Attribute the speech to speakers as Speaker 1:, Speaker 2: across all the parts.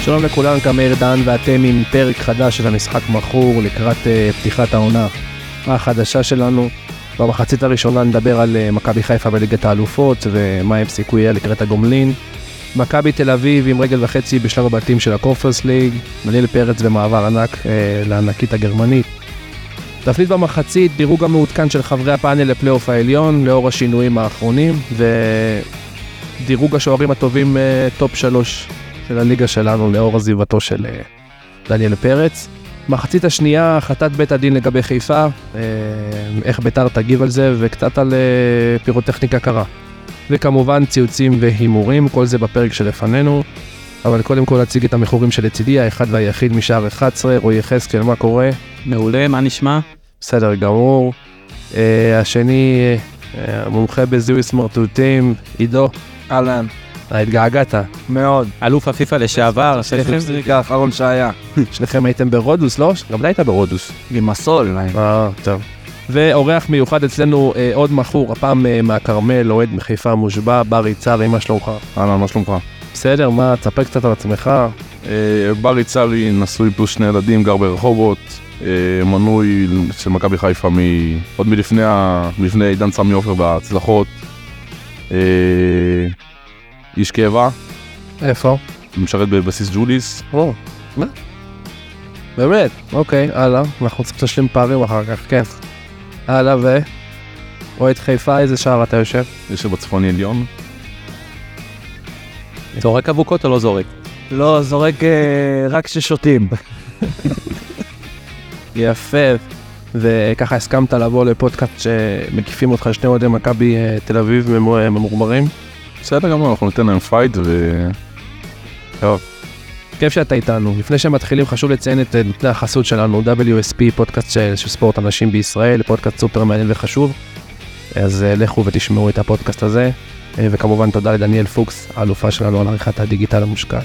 Speaker 1: שלום לכולם, כאן מאיר דן ואתם עם פרק חדש של המשחק מכור לקראת uh, פתיחת העונה החדשה שלנו. במחצית הראשונה נדבר על uh, מכבי חיפה בליגת האלופות ומה הם סיכוייה לקראת הגומלין. מכבי תל אביב עם רגל וחצי בשלב הבתים של הקונפרס ליג, מליל פרץ במעבר ענק uh, לענקית הגרמנית. תפנית במחצית, דירוג המעודכן של חברי הפאנל לפלייאוף העליון לאור השינויים האחרונים ודירוג השוערים הטובים אה, טופ שלוש של הליגה שלנו לאור עזיבתו של אה, דניאל פרץ. מחצית השנייה, החלטת בית הדין לגבי חיפה, אה, איך ביתר תגיב על זה וקצת על אה, פירוטכניקה קרה. וכמובן ציוצים והימורים, כל זה בפרק שלפנינו. אבל קודם כל אציג את המכורים שלצידי, האחד והיחיד משער 11, רועי יחזקאל, מה קורה?
Speaker 2: מעולה, מה נשמע?
Speaker 1: בסדר גמור. Uh, השני, אה, המומחה בזיהוי סמרטוטים, עידו,
Speaker 3: אהלן,
Speaker 1: אה, התגעגעת.
Speaker 3: מאוד.
Speaker 2: אלוף הפיפ"א לשעבר, שש
Speaker 3: איך
Speaker 2: מצליק.
Speaker 3: זריקה האחרון שהיה.
Speaker 1: שניכם הייתם ברודוס, לא? גם אתה היית ברודוס.
Speaker 3: עם הסול.
Speaker 1: אה, טוב. ואורח מיוחד אצלנו, אה, עוד מכור, הפעם אה, מהכרמל, אוהד מחיפה מושבע, בר יצהר, אמא שלומך.
Speaker 4: אהלן, אה, מה שלומך?
Speaker 1: בסדר, מה, תספר קצת על עצמך.
Speaker 4: אה, בר יצהרי, נשוי פלוס שני ילדים, גר ברחובות, אה, מנוי של מכבי חיפה מ... עוד מלפני ה... מלפני עידן סמי עופר וההצלחות. אה, איש קבע,
Speaker 1: איפה?
Speaker 4: משרת בבסיס ג'וליס.
Speaker 1: או, מה? באמת? אוקיי, הלאה, אנחנו צריכים להשלים פערים אחר כך, כן. הלאה ו... אוהד חיפה, איזה שער אתה יושב?
Speaker 4: יושב בצפוני עליון.
Speaker 2: זורק אבוקות או לא זורק?
Speaker 3: לא, זורק אה, רק כששותים.
Speaker 1: יפה, וככה הסכמת לבוא לפודקאסט שמקיפים אותך שני אוהדי מכבי אה, תל אביב ממור- ממורמרים.
Speaker 4: בסדר גמור, אנחנו ניתן להם פייט ו...
Speaker 1: כיף שאתה איתנו. לפני שמתחילים חשוב לציין את אה, נותני החסות שלנו, WSP, פודקאסט של, של ספורט הנשים בישראל, פודקאסט סופר מעניין וחשוב. אז אה, לכו ותשמעו את הפודקאסט הזה, אה, וכמובן תודה לדניאל פוקס, האלופה שלנו על עריכת הדיגיטל המושקעת.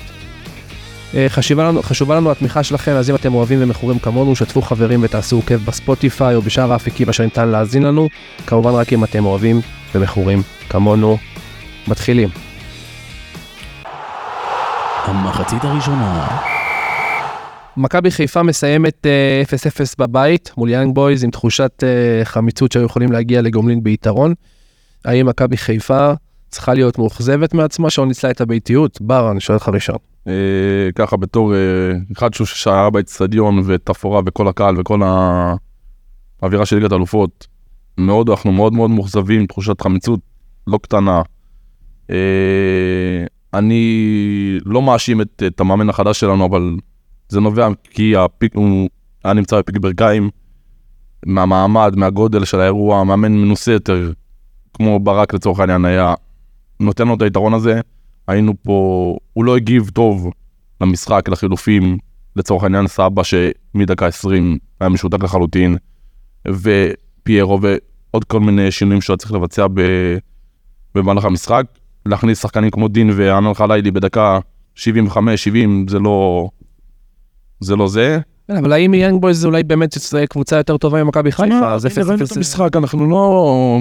Speaker 1: אה, חשיבה לנו, חשובה לנו התמיכה שלכם, אז אם אתם אוהבים ומכורים כמונו, שתפו חברים ותעשו עוקב בספוטיפיי או בשאר האפיקים אשר ניתן להאזין לנו, כמובן רק אם אתם אוהבים ומכורים כמונו. מתחילים.
Speaker 5: המחצית הראשונה,
Speaker 1: מכבי חיפה מסיימת אה, 0-0 בבית מול יאנג בויז עם תחושת אה, חמיצות שהיו יכולים להגיע לגומלין ביתרון. האם מכבי חיפה צריכה להיות מאוכזבת מעצמה שלא ניצלה את הביתיות? בר, אני שואל אותך ראשון.
Speaker 4: אה, ככה בתור אה, אחד שהוא שהיה באצטדיון ותפאורה וכל הקהל וכל האווירה של ליגת האלופות, מאוד אנחנו מאוד מאוד מאוכזבים, תחושת חמיצות לא קטנה. אה, אני לא מאשים את, את המאמן החדש שלנו, אבל זה נובע כי הפיק הוא היה נמצא בפיק ברכיים, מהמעמד, מהגודל של האירוע, מאמן מנוסה יותר, כמו ברק לצורך העניין היה, נותן לו את היתרון הזה. היינו פה, הוא לא הגיב טוב למשחק, לחילופים, לצורך העניין סבא שמדקה 20 היה משותק לחלוטין, ופיירו ועוד כל מיני שינויים שהוא היה צריך לבצע ב... במהלך המשחק. להכניס שחקנים כמו דין וענן חלילי בדקה 75-70 זה לא... זה לא זה.
Speaker 1: כן, אבל האם יאנג בויז אולי באמת קבוצה יותר טובה ממכבי חיפה? אז 0-0.
Speaker 4: ראינו את המשחק, אנחנו לא...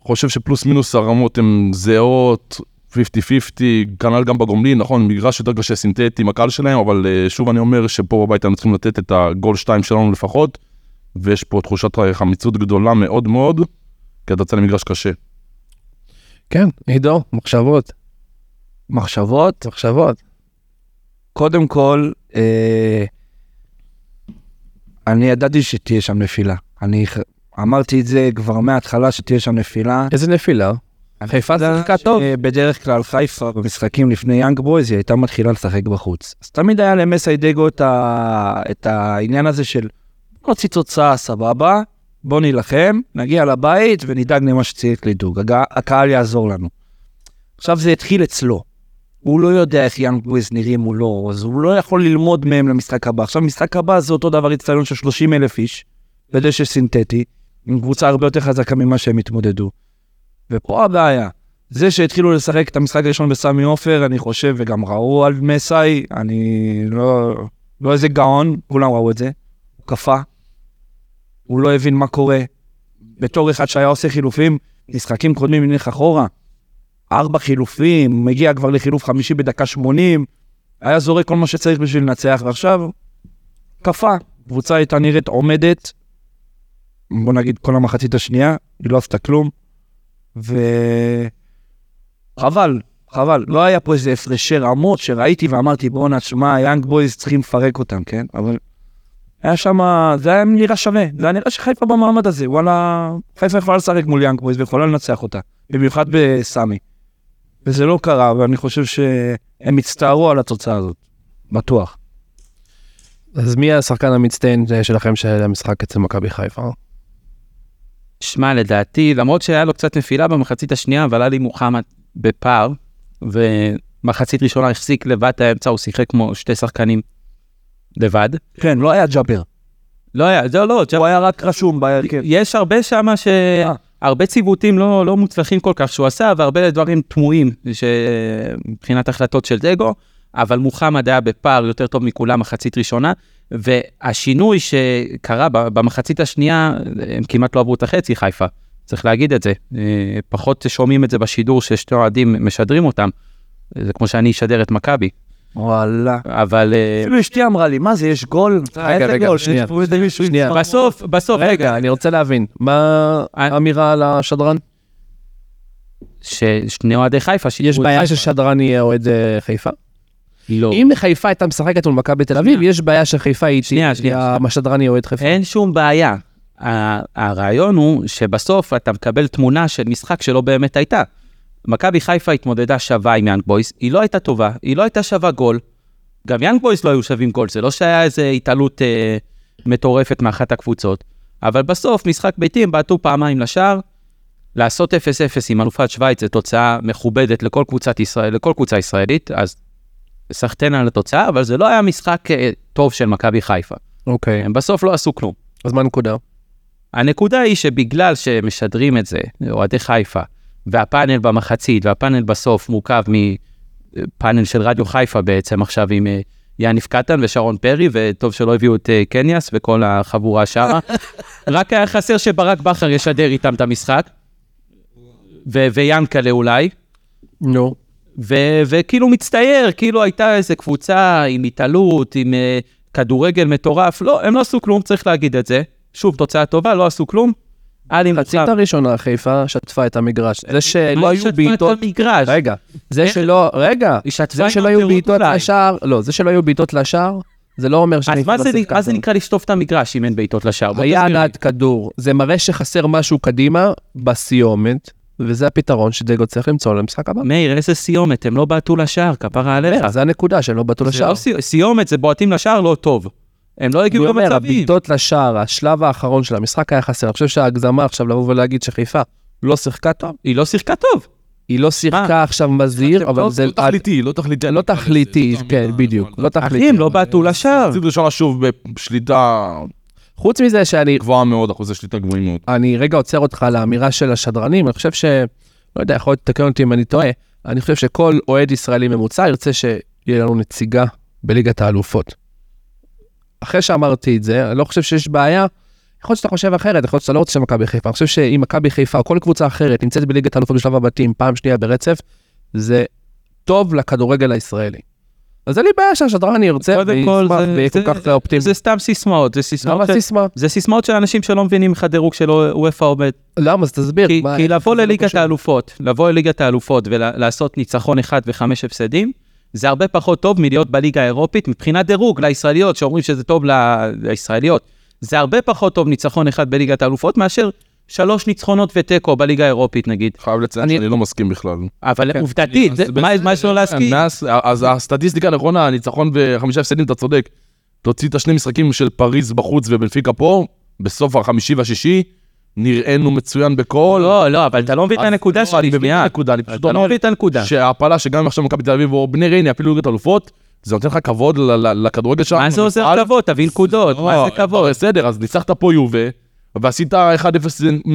Speaker 4: חושב שפלוס מינוס הרמות הן זהות, 50-50, כנ"ל גם בגומלין, נכון, מגרש יותר קשה סינתטי עם הקהל שלהם, אבל אה, שוב אני אומר שפה בבית היינו צריכים לתת את הגול 2 שלנו לפחות, ויש פה תחושת חמיצות גדולה מאוד מאוד, כי אתה יוצא למגרש קשה.
Speaker 1: כן, עידו, מחשבות,
Speaker 3: מחשבות?
Speaker 1: מחשבות.
Speaker 3: קודם כל, אה, אני ידעתי שתהיה שם נפילה. אני ח- אמרתי את זה כבר מההתחלה, שתהיה שם נפילה.
Speaker 1: איזה נפילה. חיפה שיחקה טוב.
Speaker 3: בדרך כלל חיפה במשחקים לפני יאנג בויז היא הייתה מתחילה לשחק בחוץ. אז תמיד היה למסיידגו את, ה... את העניין הזה של "בוא נוציא תוצאה סבבה, בוא נילחם, נגיע לבית ונדאג למה שצריך לדאוג, הג... הקהל יעזור לנו. עכשיו זה התחיל אצלו. הוא לא יודע איך יאנג בויז נראים מולו, אז הוא לא יכול ללמוד מהם למשחק הבא. עכשיו, משחק הבא זה אותו דבר אצטדיון של 30 אלף איש, בדשא סינתטי, עם קבוצה הרבה יותר חזקה ממה שהם התמודדו. ופה הבעיה. זה שהתחילו לשחק את המשחק הראשון בסמי עופר, אני חושב, וגם ראו על מסאי, אני לא... לא איזה גאון, כולם ראו את זה. הוא קפא, הוא לא הבין מה קורה. בתור אחד שהיה עושה חילופים, משחקים קודמים נלך אחורה. ארבע חילופים, מגיע כבר לחילוף חמישי בדקה 80, היה זורק כל מה שצריך בשביל לנצח, ועכשיו קפא. קבוצה הייתה נראית עומדת, בוא נגיד כל המחצית השנייה, היא לא עשתה כלום, וחבל, חבל. לא היה פה איזה הפרשי רמות שראיתי ואמרתי, בואנה, שמע, היאנג בויז צריכים לפרק אותם, כן? אבל היה שם, זה היה נראה שווה, זה היה נראה שחיפה במעמד הזה, וואלה, חיפה יכולה לשחק מול יאנג בויז ויכולה לנצח אותה, במיוחד בסמי. וזה לא קרה, ואני חושב שהם הצטערו על התוצאה הזאת, בטוח.
Speaker 1: אז מי השחקן המצטיין אה, שלכם של המשחק אצל מכבי חיפה?
Speaker 2: שמע, לדעתי, למרות שהיה לו קצת נפילה במחצית השנייה, אבל עלי מוחמד בפער, ומחצית ראשונה החזיק לבד את האמצע, הוא שיחק כמו שתי שחקנים לבד.
Speaker 3: כן, לא היה ג'אבר.
Speaker 2: לא היה, זה לא,
Speaker 3: הוא היה רק רשום בהרכב.
Speaker 2: יש הרבה שמה ש...
Speaker 3: כן. אה.
Speaker 2: הרבה ציוותים לא, לא מוצלחים כל כך שהוא עשה, והרבה דברים תמוהים שמבחינת החלטות של דגו, אבל מוחמד היה בפער יותר טוב מכולם מחצית ראשונה, והשינוי שקרה ב- במחצית השנייה, הם כמעט לא עברו את החצי חיפה, צריך להגיד את זה. אה, פחות שומעים את זה בשידור ששתי אוהדים משדרים אותם, זה כמו שאני אשדר את מכבי,
Speaker 3: וואלה.
Speaker 2: אבל... אה,
Speaker 3: אפילו כאילו אשתי אמרה לי, מה זה, יש גול? איזה
Speaker 1: רגע,
Speaker 3: גול?
Speaker 1: שנייה.
Speaker 3: יש פה איזה מישהו עם
Speaker 1: שנייה.
Speaker 3: צוואר.
Speaker 2: בסוף, בסוף, רגע,
Speaker 1: אני רוצה להבין, מה האמירה על השדרן?
Speaker 2: ששני אוהדי חיפה שידרו
Speaker 1: יש
Speaker 2: את
Speaker 1: בעיה
Speaker 2: חיפה.
Speaker 1: ששדרן יהיה אוהד אה, חיפה?
Speaker 2: לא.
Speaker 1: אם חיפה הייתה משחקת מול מכבי תל אביב, יש בעיה שחיפה היא...
Speaker 2: שנייה, שנייה, שנייה.
Speaker 1: השדרן יהיה אוהד חיפה.
Speaker 2: אין שום בעיה. ה- הרעיון הוא שבסוף אתה מקבל תמונה של משחק שלא באמת הייתה. מכבי חיפה התמודדה שווה עם יאנג בויס, היא לא הייתה טובה, היא לא הייתה שווה גול. גם יאנג בויס לא היו שווים גול, זה לא שהיה איזו התעלות אה, מטורפת מאחת הקבוצות. אבל בסוף, משחק ביתי, הם בעטו פעמיים לשער. לעשות 0-0 עם אלופת שווייץ זו תוצאה מכובדת לכל, קבוצת ישראל, לכל קבוצה ישראלית, אז סחטיין על התוצאה, אבל זה לא היה משחק אה, טוב של מכבי חיפה.
Speaker 1: אוקיי,
Speaker 2: הם בסוף לא עשו כלום.
Speaker 1: אז מה הנקודה?
Speaker 2: הנקודה היא שבגלל שמשדרים את זה, אוהדי חיפה, והפאנל במחצית והפאנל בסוף מורכב מפאנל של רדיו חיפה בעצם עכשיו עם אה, יניב קטן ושרון פרי, וטוב שלא הביאו את אה, קניאס וכל החבורה שמה. רק היה חסר שברק בכר ישדר איתם את המשחק, ו- ויאנקלה אולי.
Speaker 1: נו.
Speaker 2: ו- וכאילו מצטייר, כאילו הייתה איזה קבוצה עם התעלות, עם אה, כדורגל מטורף. לא, הם לא עשו כלום, צריך להגיד את זה. שוב, תוצאה טובה, לא עשו כלום. אלי מוחמד.
Speaker 1: חצית הראשונה חיפה שטפה את המגרש. זה שלא לא היו בעיטות...
Speaker 2: במגרש.
Speaker 1: רגע, זה
Speaker 2: איך-
Speaker 1: שלא... רגע,
Speaker 2: היא שטפה
Speaker 1: זה
Speaker 2: עם
Speaker 1: שלא היו
Speaker 2: המהירות
Speaker 1: בעיטות
Speaker 2: אולי.
Speaker 1: לשער... לא, זה שלא היו בעיטות לשער, זה לא אומר
Speaker 2: אז מה זה
Speaker 1: שיחקה
Speaker 2: מה זה
Speaker 1: טוב.
Speaker 2: נקרא לשטוף את המגרש אם אין בעיטות לשער? בוא
Speaker 1: היה
Speaker 2: תסביר לי.
Speaker 1: הנעת כדור, זה מראה שחסר משהו קדימה בסיומת, וזה הפתרון שדגו צריך למצוא למשחק הבא.
Speaker 2: מאיר, איזה סיומת, הם לא בעטו לשער, כפרה עליך.
Speaker 1: זה הנקודה שהם לא בעטו
Speaker 2: זה
Speaker 1: לשער.
Speaker 2: לא סי- סיומת זה בועטים לשער לא טוב. הם לא הגיעו
Speaker 1: אני אומר,
Speaker 2: למצבים.
Speaker 1: הבעיטות לשער, השלב האחרון של המשחק היה חסר. אני חושב שההגזמה עכשיו לבוא ולהגיד שחיפה לא שיחקה טוב,
Speaker 2: היא לא שיחקה טוב.
Speaker 1: היא לא שיחקה עכשיו מזהיר, אבל זה
Speaker 4: לא תכליתי, לא תכליתי.
Speaker 1: לא תכליתי,
Speaker 4: זאת
Speaker 1: כן,
Speaker 4: המילה,
Speaker 1: בדיוק,
Speaker 4: אבל-
Speaker 1: לא
Speaker 2: אחי,
Speaker 1: תכליתי.
Speaker 2: הם לא בעטו לשער.
Speaker 4: מחצית ראשונה שוב בשליטה
Speaker 1: חוץ מזה שאני
Speaker 4: גבוהה מאוד, אחוזי שליטה גבוהים מאוד.
Speaker 1: אני רגע עוצר אותך על האמירה של השדרנים, אני חושב ש... לא יודע, יכול להיות תתקן אותי אם אני טועה, אני חושב שכל אוהד ישראלי ממוצע ירצה שיהיה לנו נציגה בליגת האלופות. אחרי שאמרתי את זה, אני לא חושב שיש בעיה. יכול להיות שאתה חושב אחרת, יכול להיות שאתה לא רוצה שמכבי חיפה. אני חושב שאם מכבי חיפה או כל קבוצה אחרת נמצאת בליגת האלופות בשלב הבתים פעם שנייה ברצף, זה טוב לכדורגל הישראלי. אז אין לי בעיה שהשדרן ירצה
Speaker 2: קודם כל,
Speaker 1: וישמח
Speaker 2: זה-
Speaker 1: ויהיה כל
Speaker 2: זה-
Speaker 1: כך אופטימי.
Speaker 2: זה סתם סיסמאות, זה סיסמאות
Speaker 1: למה
Speaker 2: של-
Speaker 1: סיסמה?
Speaker 2: זה סיסמאות של אנשים שלא מבינים איך הדירוג של אופה עובד.
Speaker 1: למה? אז תסביר.
Speaker 2: כי,
Speaker 1: מה-
Speaker 2: כי לבוא
Speaker 1: זה לא
Speaker 2: לליגת
Speaker 1: קשור.
Speaker 2: האלופות, לבוא לליגת האלופות ולעשות ניצחון אחד וחמש הפסדים, זה הרבה פחות טוב מלהיות בליגה האירופית מבחינת דירוג לישראליות, שאומרים שזה טוב ל- לישראליות. זה הרבה פחות טוב ניצחון אחד בליגת האלופות מאשר שלוש ניצחונות ותיקו בליגה האירופית נגיד.
Speaker 4: חייב לציין
Speaker 2: אני-
Speaker 4: שאני לא מסכים בכלל.
Speaker 2: אבל כן, עובדתית, זה, מה, מה
Speaker 4: כן,
Speaker 2: יש לו להסכים?
Speaker 4: אה, מאז- אז הסטטיסטיקה נכונה, ניצחון וחמישה הפסדים, אתה צודק. תוציא את השני משחקים של פריז בחוץ ובנפיקה פה, בסוף החמישי והשישי, נראינו מצוין בכל...
Speaker 2: לא, לא, אבל אתה לא מבין את
Speaker 4: אז-
Speaker 2: הנקודה
Speaker 4: לא, אני
Speaker 2: שלי,
Speaker 4: מבין את
Speaker 2: שנייה.
Speaker 4: הנקודה, אני פשוט
Speaker 2: אתה לא
Speaker 4: אומר
Speaker 2: מבין את הנקודה.
Speaker 4: שההעפלה שגם אם עכשיו מכבי תל אביב או בני ריינה, אפילו ליגת אלופות, זה נותן לך כבוד ל- ל- לכדורגל שלנו.
Speaker 2: מה זה עוזר
Speaker 4: למפעל.
Speaker 2: כבוד? תביא נקודות, מה
Speaker 4: לא,
Speaker 2: זה כבוד?
Speaker 4: בסדר, אז ניצחת פה יובה, ועשית 1-0,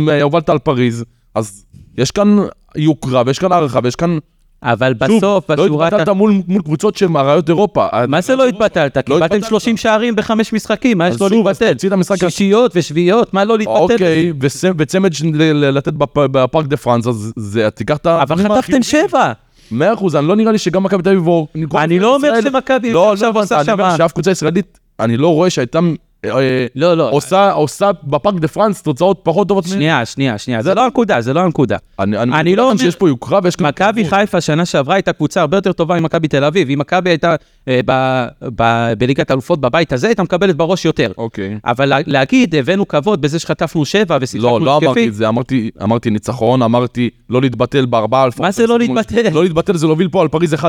Speaker 4: אה, הובלת על פריז, אז יש כאן יוקרה, ויש כאן הערכה, ויש כאן...
Speaker 2: אבל
Speaker 4: שוב,
Speaker 2: בסוף,
Speaker 4: לא
Speaker 2: בשורה...
Speaker 4: התבטלת מול מול קבוצות שהן אריות אירופה.
Speaker 2: מה זה לא התבטלת? קיבלתם
Speaker 4: נכון. התבטלת.
Speaker 2: 30 שערים בחמש משחקים, מה יש
Speaker 4: אז
Speaker 2: לו
Speaker 4: שוב, אז
Speaker 2: להתבטל?
Speaker 4: תוציא את המשחק הזה.
Speaker 2: שישיות ושביעיות, מה לא להתבטל?
Speaker 4: אוקיי, וס- וצמד של- ל- ל- לתת בפ- בפארק דה פרנס, אז זה, תיקח את ה...
Speaker 2: אבל חטפתם שבע.
Speaker 4: מאה אחוז, אני לא נראה לי שגם מכבי תל אביב... או-
Speaker 2: אני לא אומר
Speaker 4: ישראל-
Speaker 2: שמכבי
Speaker 4: לא,
Speaker 2: עכשיו
Speaker 4: לא,
Speaker 2: עושה
Speaker 4: אני אומר
Speaker 2: שמה.
Speaker 4: שאף קבוצה ישראלית, אני לא רואה שהייתה אה,
Speaker 2: לא, לא,
Speaker 4: עושה עושה בפארק דה פרנס תוצאות פחות טובות. מ-
Speaker 2: שנייה, שנייה, שנייה, זה לא הנקודה, זה לא הנקודה.
Speaker 4: אני אני
Speaker 2: אני לא
Speaker 4: אומר
Speaker 2: אומר-
Speaker 4: שיש פה יוקרה ויש כאן...
Speaker 2: מכבי
Speaker 4: תרבות.
Speaker 2: חיפה שנה שעברה הייתה קבוצה הרבה יותר טובה ממכבי תל אביב. אם מכבי הייתה אה, ב- ב- בליגת אלופות בבית הזה, הייתה מקבלת בראש יותר.
Speaker 4: אוקיי.
Speaker 2: אבל לה- להגיד, הבאנו כבוד בזה שחטפנו שבע ושיחקנו
Speaker 4: לא,
Speaker 2: התקפי.
Speaker 4: לא אמרתי את זה, אמרתי, אמרתי ניצחון, אמרתי לא להתבטל בארבעה אלפות.
Speaker 2: מה זה לא להתבטל?
Speaker 4: לא להתבטל זה להוביל פה על פריז 1-0.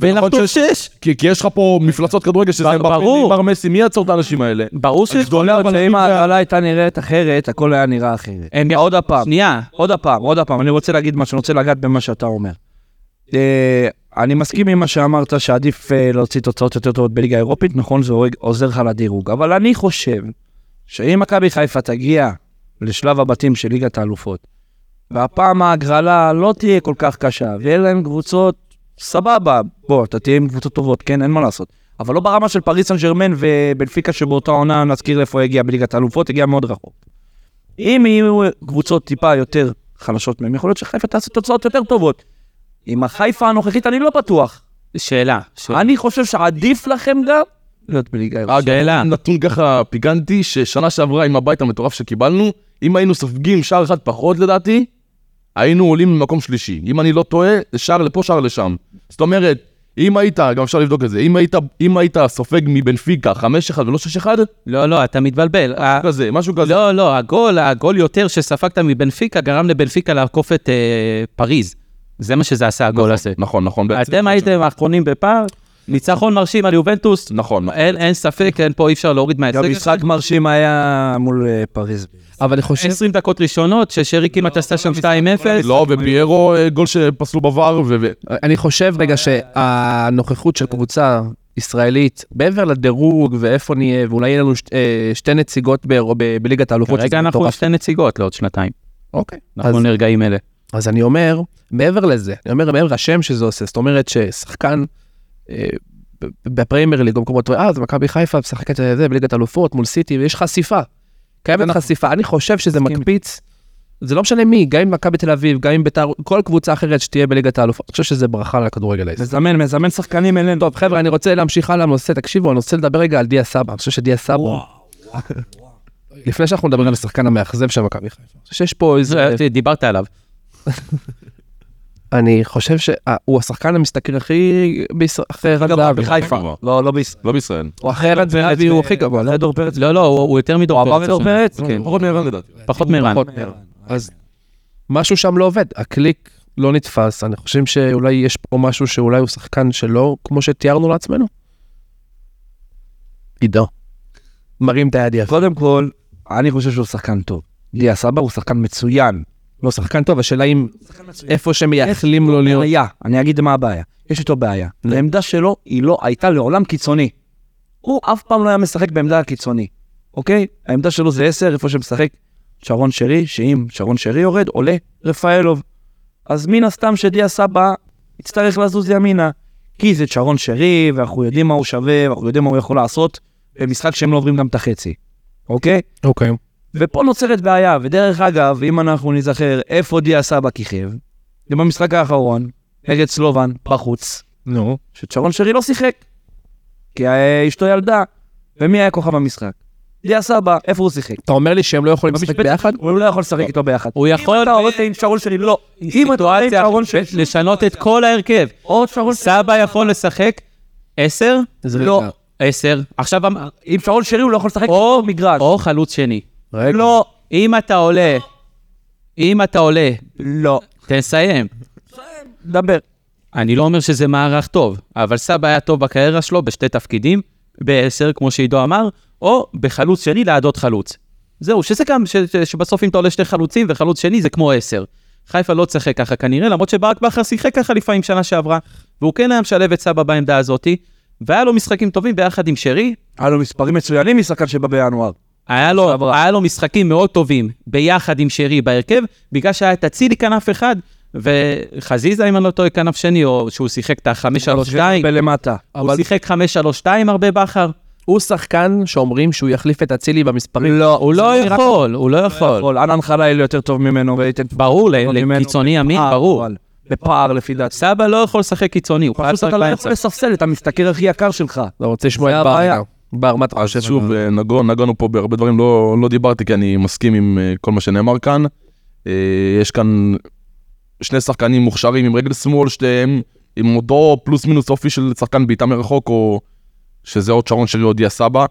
Speaker 4: ונכון
Speaker 2: ולחטוף
Speaker 4: שיש-
Speaker 2: שש.
Speaker 4: כי, כי יש לך פה מפלצות כדורגל שזה
Speaker 2: ב-
Speaker 4: אמבפה,
Speaker 2: ברור.
Speaker 4: נגמר מסי, מי יעצור את האנשים האלה?
Speaker 2: ברור ש...
Speaker 4: גדולי הבלמים
Speaker 3: אם
Speaker 4: וה-
Speaker 3: ההגרלה הייתה נראית אחרת, הכל היה נראה אחרת.
Speaker 2: הם-
Speaker 3: עוד הפעם,
Speaker 2: שנייה,
Speaker 3: עוד הפעם, עוד הפעם, אני רוצה להגיד משהו, אני רוצה לגעת במה שאתה אומר. אה, אני מסכים עם מה שאמרת, שעדיף אה, להוציא תוצאות יותר טובות בליגה האירופית, נכון, זה הורג- עוזר לך לדירוג, אבל אני חושב שאם מכבי חיפה תגיע לשלב הבתים של ליגת האלופות, והפעם ההגרלה לא תהיה כל כך קשה, ויהיה להם קבוצות, סבבה, בוא, אתה תהיה עם קבוצות טובות, כן, אין מה לעשות. אבל לא ברמה של פריס סן ג'רמן ובנפיקה שבאותה עונה נזכיר לאיפה הגיע בליגת האלופות, הגיע מאוד רחוק. אם יהיו קבוצות טיפה יותר חלשות מהם, יכול להיות שחיפה תעשה תוצאות יותר טובות. עם החיפה הנוכחית אני לא בטוח.
Speaker 2: שאלה. שאלה.
Speaker 3: אני חושב שעדיף לכם גם להיות בליגה
Speaker 4: אה,
Speaker 3: האירופית.
Speaker 2: שאלה.
Speaker 4: נתון ככה פיגנטי, ששנה שעברה עם הבית המטורף שקיבלנו, אם היינו סופגים שער אחד פחות לדעתי, היינו עולים ממקום שלישי. אם אני לא טועה, זה שער לפה, שער לשם. זאת אומרת, אם היית, גם אפשר לבדוק את זה, אם היית, אם היית סופג מבנפיקה 5-1 ולא 6-1,
Speaker 2: לא, לא, אתה מתבלבל. ה-
Speaker 4: כזה, משהו כזה.
Speaker 2: לא, לא, הגול, הגול יותר שספגת מבנפיקה גרם לבנפיקה לעקוף את אה, פריז. זה מה שזה עשה, הגול הזה.
Speaker 4: נכון, נכון.
Speaker 2: אתם הייתם האחרונים בפער, ניצחון מרשים על יובנטוס.
Speaker 4: נכון.
Speaker 2: אין אין ספק, אין פה, אי אפשר להוריד
Speaker 3: גם
Speaker 2: מההישג.
Speaker 3: משחק מרשים היה מול אה, פריז.
Speaker 1: אבל אני חושב...
Speaker 2: 20 דקות ראשונות, ששרי כמעט עשה שם 2-0.
Speaker 4: לא, ופיירו, אה, גול שפסלו בVAR, ו... ו-
Speaker 1: אני חושב
Speaker 2: אה,
Speaker 1: רגע שהנוכחות של קבוצה ישראלית, מעבר לדירוג ואיפה נהיה, ואולי יהיה לנו ש- אה, שתי נציגות באירו- ב- בליגת האלופות,
Speaker 2: כרגע אנחנו שתי נציגות לעוד שנתיים.
Speaker 1: אוקיי. אז-
Speaker 2: אנחנו נרגעים אלה.
Speaker 1: אז אני אומר, מעבר לזה, אני אומר, מעבר לשם שזה עושה, זאת אומרת ששחקן אה, ב- בפריימר ליג, במקומות, אה, זה מכבי חיפה, משחקת אה, זה, בליגת אלופות, מול סיטי, ויש חשיפה. קיימת חשיפה, אני חושב שזה מקפיץ, זה לא משנה מי, גם אם מכבי תל אביב, גם אם בית"ר, כל קבוצה אחרת שתהיה בליגת האלופות, אני חושב שזה ברכה לכדורגל הישראלי.
Speaker 3: מזמן, מזמן שחקנים אלינו.
Speaker 1: טוב, חבר'ה, אני רוצה להמשיך הלאה לנושא, תקשיבו, אני רוצה לדבר רגע על דיה סבא, אני חושב שדיה סבא... לפני שאנחנו מדברים על השחקן המאכזב של מכבי חיפה, אני חושב שיש פה איזה...
Speaker 2: זה- דיברת עליו.
Speaker 1: אני חושב שהוא השחקן המשתכר הכי בישראל, אחרי ערן זהבי.
Speaker 4: גבוה.
Speaker 3: לא, לא בישראל.
Speaker 4: לא בישראל.
Speaker 1: הוא אחרי ערן זהבי הוא הכי גבוה. לא?
Speaker 2: דור פרץ. לא, לא, הוא הוא יותר מדור פרץ.
Speaker 3: עבר את דור
Speaker 2: השנה.
Speaker 3: פרץ?
Speaker 2: כן,
Speaker 4: פחות מערן לדעתי.
Speaker 2: פחות מרן.
Speaker 1: פחות מערן. אז משהו שם לא עובד, הקליק לא נתפס, אני חושב שאולי יש פה משהו שאולי הוא שחקן שלא, כמו שתיארנו לעצמנו. עידו. מרים את היד יפה.
Speaker 3: קודם כל, אני חושב שהוא שחקן טוב. דיה סבא הוא שחקן מצוין.
Speaker 1: לא, שחקן טוב, השאלה אם איפה שמייחלים לו לא להיות.
Speaker 3: בעיה, אני אגיד מה הבעיה. יש איתו בעיה. העמדה שלו היא לא הייתה לעולם קיצוני. הוא אף פעם לא היה משחק בעמדה הקיצוני, אוקיי? העמדה שלו זה 10, איפה שמשחק שרון שרי, שאם שרון שרי יורד, עולה רפאלוב. אז מן הסתם שדיה סבא יצטרך לזוז ימינה. כי זה שרון שרי, ואנחנו יודעים מה הוא שווה, ואנחנו יודעים מה הוא יכול לעשות, במשחק שהם לא עוברים גם את החצי, אוקיי?
Speaker 1: אוקיי.
Speaker 3: ופה נוצרת בעיה, ודרך אגב, אם אנחנו נזכר איפה דיה סבא כיכב, זה במשחק האחרון, נגד סלובן, בחוץ,
Speaker 1: נו.
Speaker 3: שצ'רון שרי לא שיחק, כי אה, אשתו ילדה, ומי היה כוכב המשחק? דיה סבא, איפה הוא שיחק?
Speaker 1: אתה אומר לי שהם לא יכולים לשחק
Speaker 3: במשבצת.
Speaker 1: ביחד?
Speaker 3: הוא לא יכול לשחק איתו ביחד.
Speaker 2: הוא יכול
Speaker 3: אם אתה עובד עם שרון שרי, לא. אם אתה עובד עם
Speaker 2: סיטואציה
Speaker 3: שרון שרי,
Speaker 2: לשנות את כל ההרכב.
Speaker 3: או שרון שרי,
Speaker 2: סבא יכול לשחק 10?
Speaker 1: לא.
Speaker 2: לא. 10. עכשיו אמר-
Speaker 3: עם שרון שרי הוא לא יכול לשחק
Speaker 2: או-
Speaker 3: איתו במגרש.
Speaker 2: או חלוץ שני.
Speaker 1: רגע.
Speaker 3: לא.
Speaker 2: אם אתה עולה, אם אתה עולה,
Speaker 3: לא.
Speaker 2: תסיים.
Speaker 3: דבר.
Speaker 2: אני לא אומר שזה מערך טוב, אבל סבא היה טוב בקריירה שלו בשתי תפקידים, בעשר, כמו שעידו אמר, או בחלוץ שני ליד עוד חלוץ. זהו, שזה גם, ש, ש, שבסוף אם אתה עולה שני חלוצים וחלוץ שני זה כמו עשר. חיפה לא תשחק ככה כנראה, למרות שברק בכר שיחק ככה לפעמים שנה שעברה, והוא כן היה משלב את סבא בעמדה הזאתי, והיה לו משחקים טובים ביחד עם שרי,
Speaker 3: היה לו מספרים מצוינים משחקן שבא בינואר.
Speaker 2: היה לו, היה לו משחקים מאוד טובים ביחד עם שרי בהרכב, בגלל שהיה את אצילי כנף אחד, וחזיזה, אם אני לא טועה, כנף שני, או שהוא שיחק את החמש, שלוש, שתיים.
Speaker 3: בלמטה.
Speaker 2: הוא שיחק 5-3-2 הרבה בכר.
Speaker 1: הוא שחקן שאומרים שהוא יחליף את אצילי במספרים.
Speaker 2: לא, הוא לא
Speaker 1: נראה-
Speaker 2: יכול, הוא לא יכול.
Speaker 3: יכול, אנן חלילי יותר טוב ממנו, וייתן
Speaker 2: ברור, ל-
Speaker 3: ממנו.
Speaker 2: לקיצוני ימין,
Speaker 3: אה,
Speaker 2: ברור.
Speaker 3: אבל- בפער לפי דעתי.
Speaker 2: סבא לא יכול לשחק קיצוני, הוא חייב
Speaker 3: פשוט
Speaker 2: לשחק
Speaker 3: אתה לא יכול
Speaker 2: באמצע.
Speaker 3: לספסל את המשתכר הכי יקר שלך.
Speaker 1: לא רוצה לשמוע
Speaker 3: זה
Speaker 1: את בר
Speaker 3: הבעיה.
Speaker 1: גם. בר, מה אתה
Speaker 4: אז
Speaker 1: חושב?
Speaker 4: שוב, אה, נגון, נגענו פה בהרבה דברים, לא, לא דיברתי כי אני מסכים עם אה, כל מה שנאמר כאן. אה, יש כאן שני שחקנים מוכשרים עם רגל שמאל, שתיהם עם אותו פלוס מינוס אופי של שחקן בעיטה מרחוק, או שזה עוד שרון שרי הודיע סבא.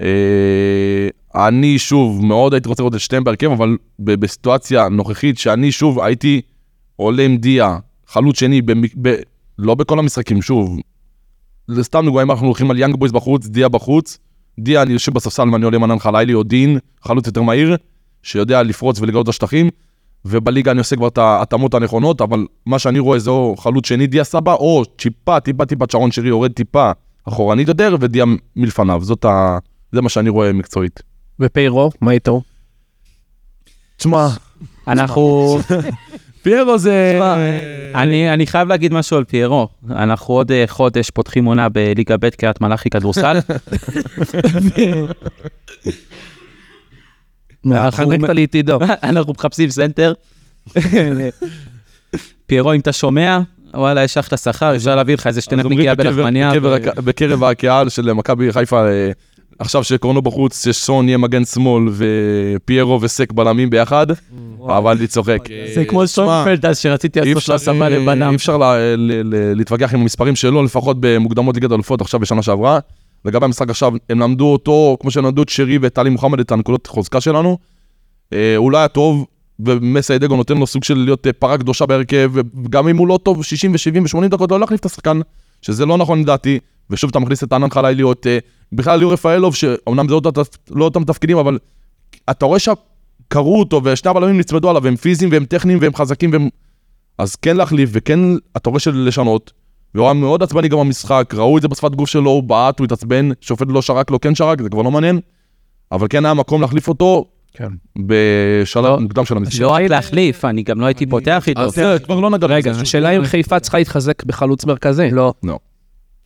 Speaker 4: אה, אני שוב, מאוד הייתי רוצה לראות את שתיהם בהרכב, אבל ב- בסיטואציה נוכחית, שאני שוב הייתי עולה עם דיה, חלוץ שני, במק- ב- לא בכל המשחקים, שוב. סתם דוגמא, אם אנחנו הולכים על יאנג בויז בחוץ, דיה בחוץ, דיה, אני יושב בספסל ואני עולה עם ענן חלילי או דין, חלוץ יותר מהיר, שיודע לפרוץ ולגלות את השטחים, ובליגה אני עושה כבר את ההתאמות הנכונות, אבל מה שאני רואה זה או חלוץ שני דיה סבא, או טיפה, טיפה, טיפה, שרון שרי יורד טיפה אחורנית יותר, ודיה מלפניו, זאת ה... זה מה שאני רואה מקצועית.
Speaker 1: ופיירו, מה איתו? תשמע,
Speaker 2: אנחנו...
Speaker 4: פיירו זה...
Speaker 2: אני, אני חייב להגיד משהו על פיירו. אנחנו עוד אה, חודש פותחים עונה בליגה ב' קריית מלאכי כדורסל.
Speaker 1: חנקת לי את עידו.
Speaker 2: אנחנו מחפשים סנטר. פיירו, אם אתה שומע, וואלה, יש לך את השכר, אפשר להביא לך איזה שתי
Speaker 4: אז אומרים
Speaker 2: נקניקיה בלחמניה.
Speaker 4: בקרב-
Speaker 2: ו-
Speaker 4: בקרב- בקרב הקהל של מכבי חיפה, אה, עכשיו שקורנו בחוץ, שסון יהיה מגן שמאל ופיירו וסק בלמים ביחד, אבל אני צוחק.
Speaker 2: זה כמו סונפלד אז שרציתי
Speaker 4: אי
Speaker 2: לעשות
Speaker 4: אפשר,
Speaker 2: הסבה
Speaker 4: אה,
Speaker 2: לבנם.
Speaker 4: אי אפשר ל- ל- ל- להתווכח עם המספרים שלו, לפחות במוקדמות ליגת אלופות עכשיו בשנה שעברה. לגבי המשחק עכשיו, הם למדו אותו, כמו שהם למדו את שרי ואת טלי מוחמד, את הנקודות חוזקה שלנו. אה, הוא לא היה טוב, ומסיידגו נותן לו סוג של להיות אה, פרה קדושה בהרכב, וגם אם הוא לא טוב, 60 ו-70 ו-80 דקות לא להחליף את השחקן, שזה לא נכון לדעתי. ושוב אתה מכניס את ענן חלילי, או את... אה, בכלל ליאור רפאלוב, שאומנם זה לא אותם תפ- לא אותם תפקידים, אבל אתה רואה שקראו אותו, ושני הבלמים נצמדו עליו, והם פיזיים, והם טכניים, והם חזקים, והם אז כן להחליף וכן, אתה רואה של לשנות. והוא היה מאוד עצבני גם במשחק, ראו את זה בשפת גוף שלו, הוא בעט, הוא התעצבן, שופט לא שרק, לא כן שרק, זה כבר לא מעניין. אבל כן היה מקום להחליף אותו
Speaker 1: כן.
Speaker 4: בשלב מוקדם של המשחק.
Speaker 2: לא הייתי להחליף, אני גם לא הייתי פותח איתו.
Speaker 4: אז זה, כבר לא נגע
Speaker 1: רגע,
Speaker 4: בזה.
Speaker 1: השאלה אם חיפה צריכה להתחזק בחלוץ מרכזי. לא.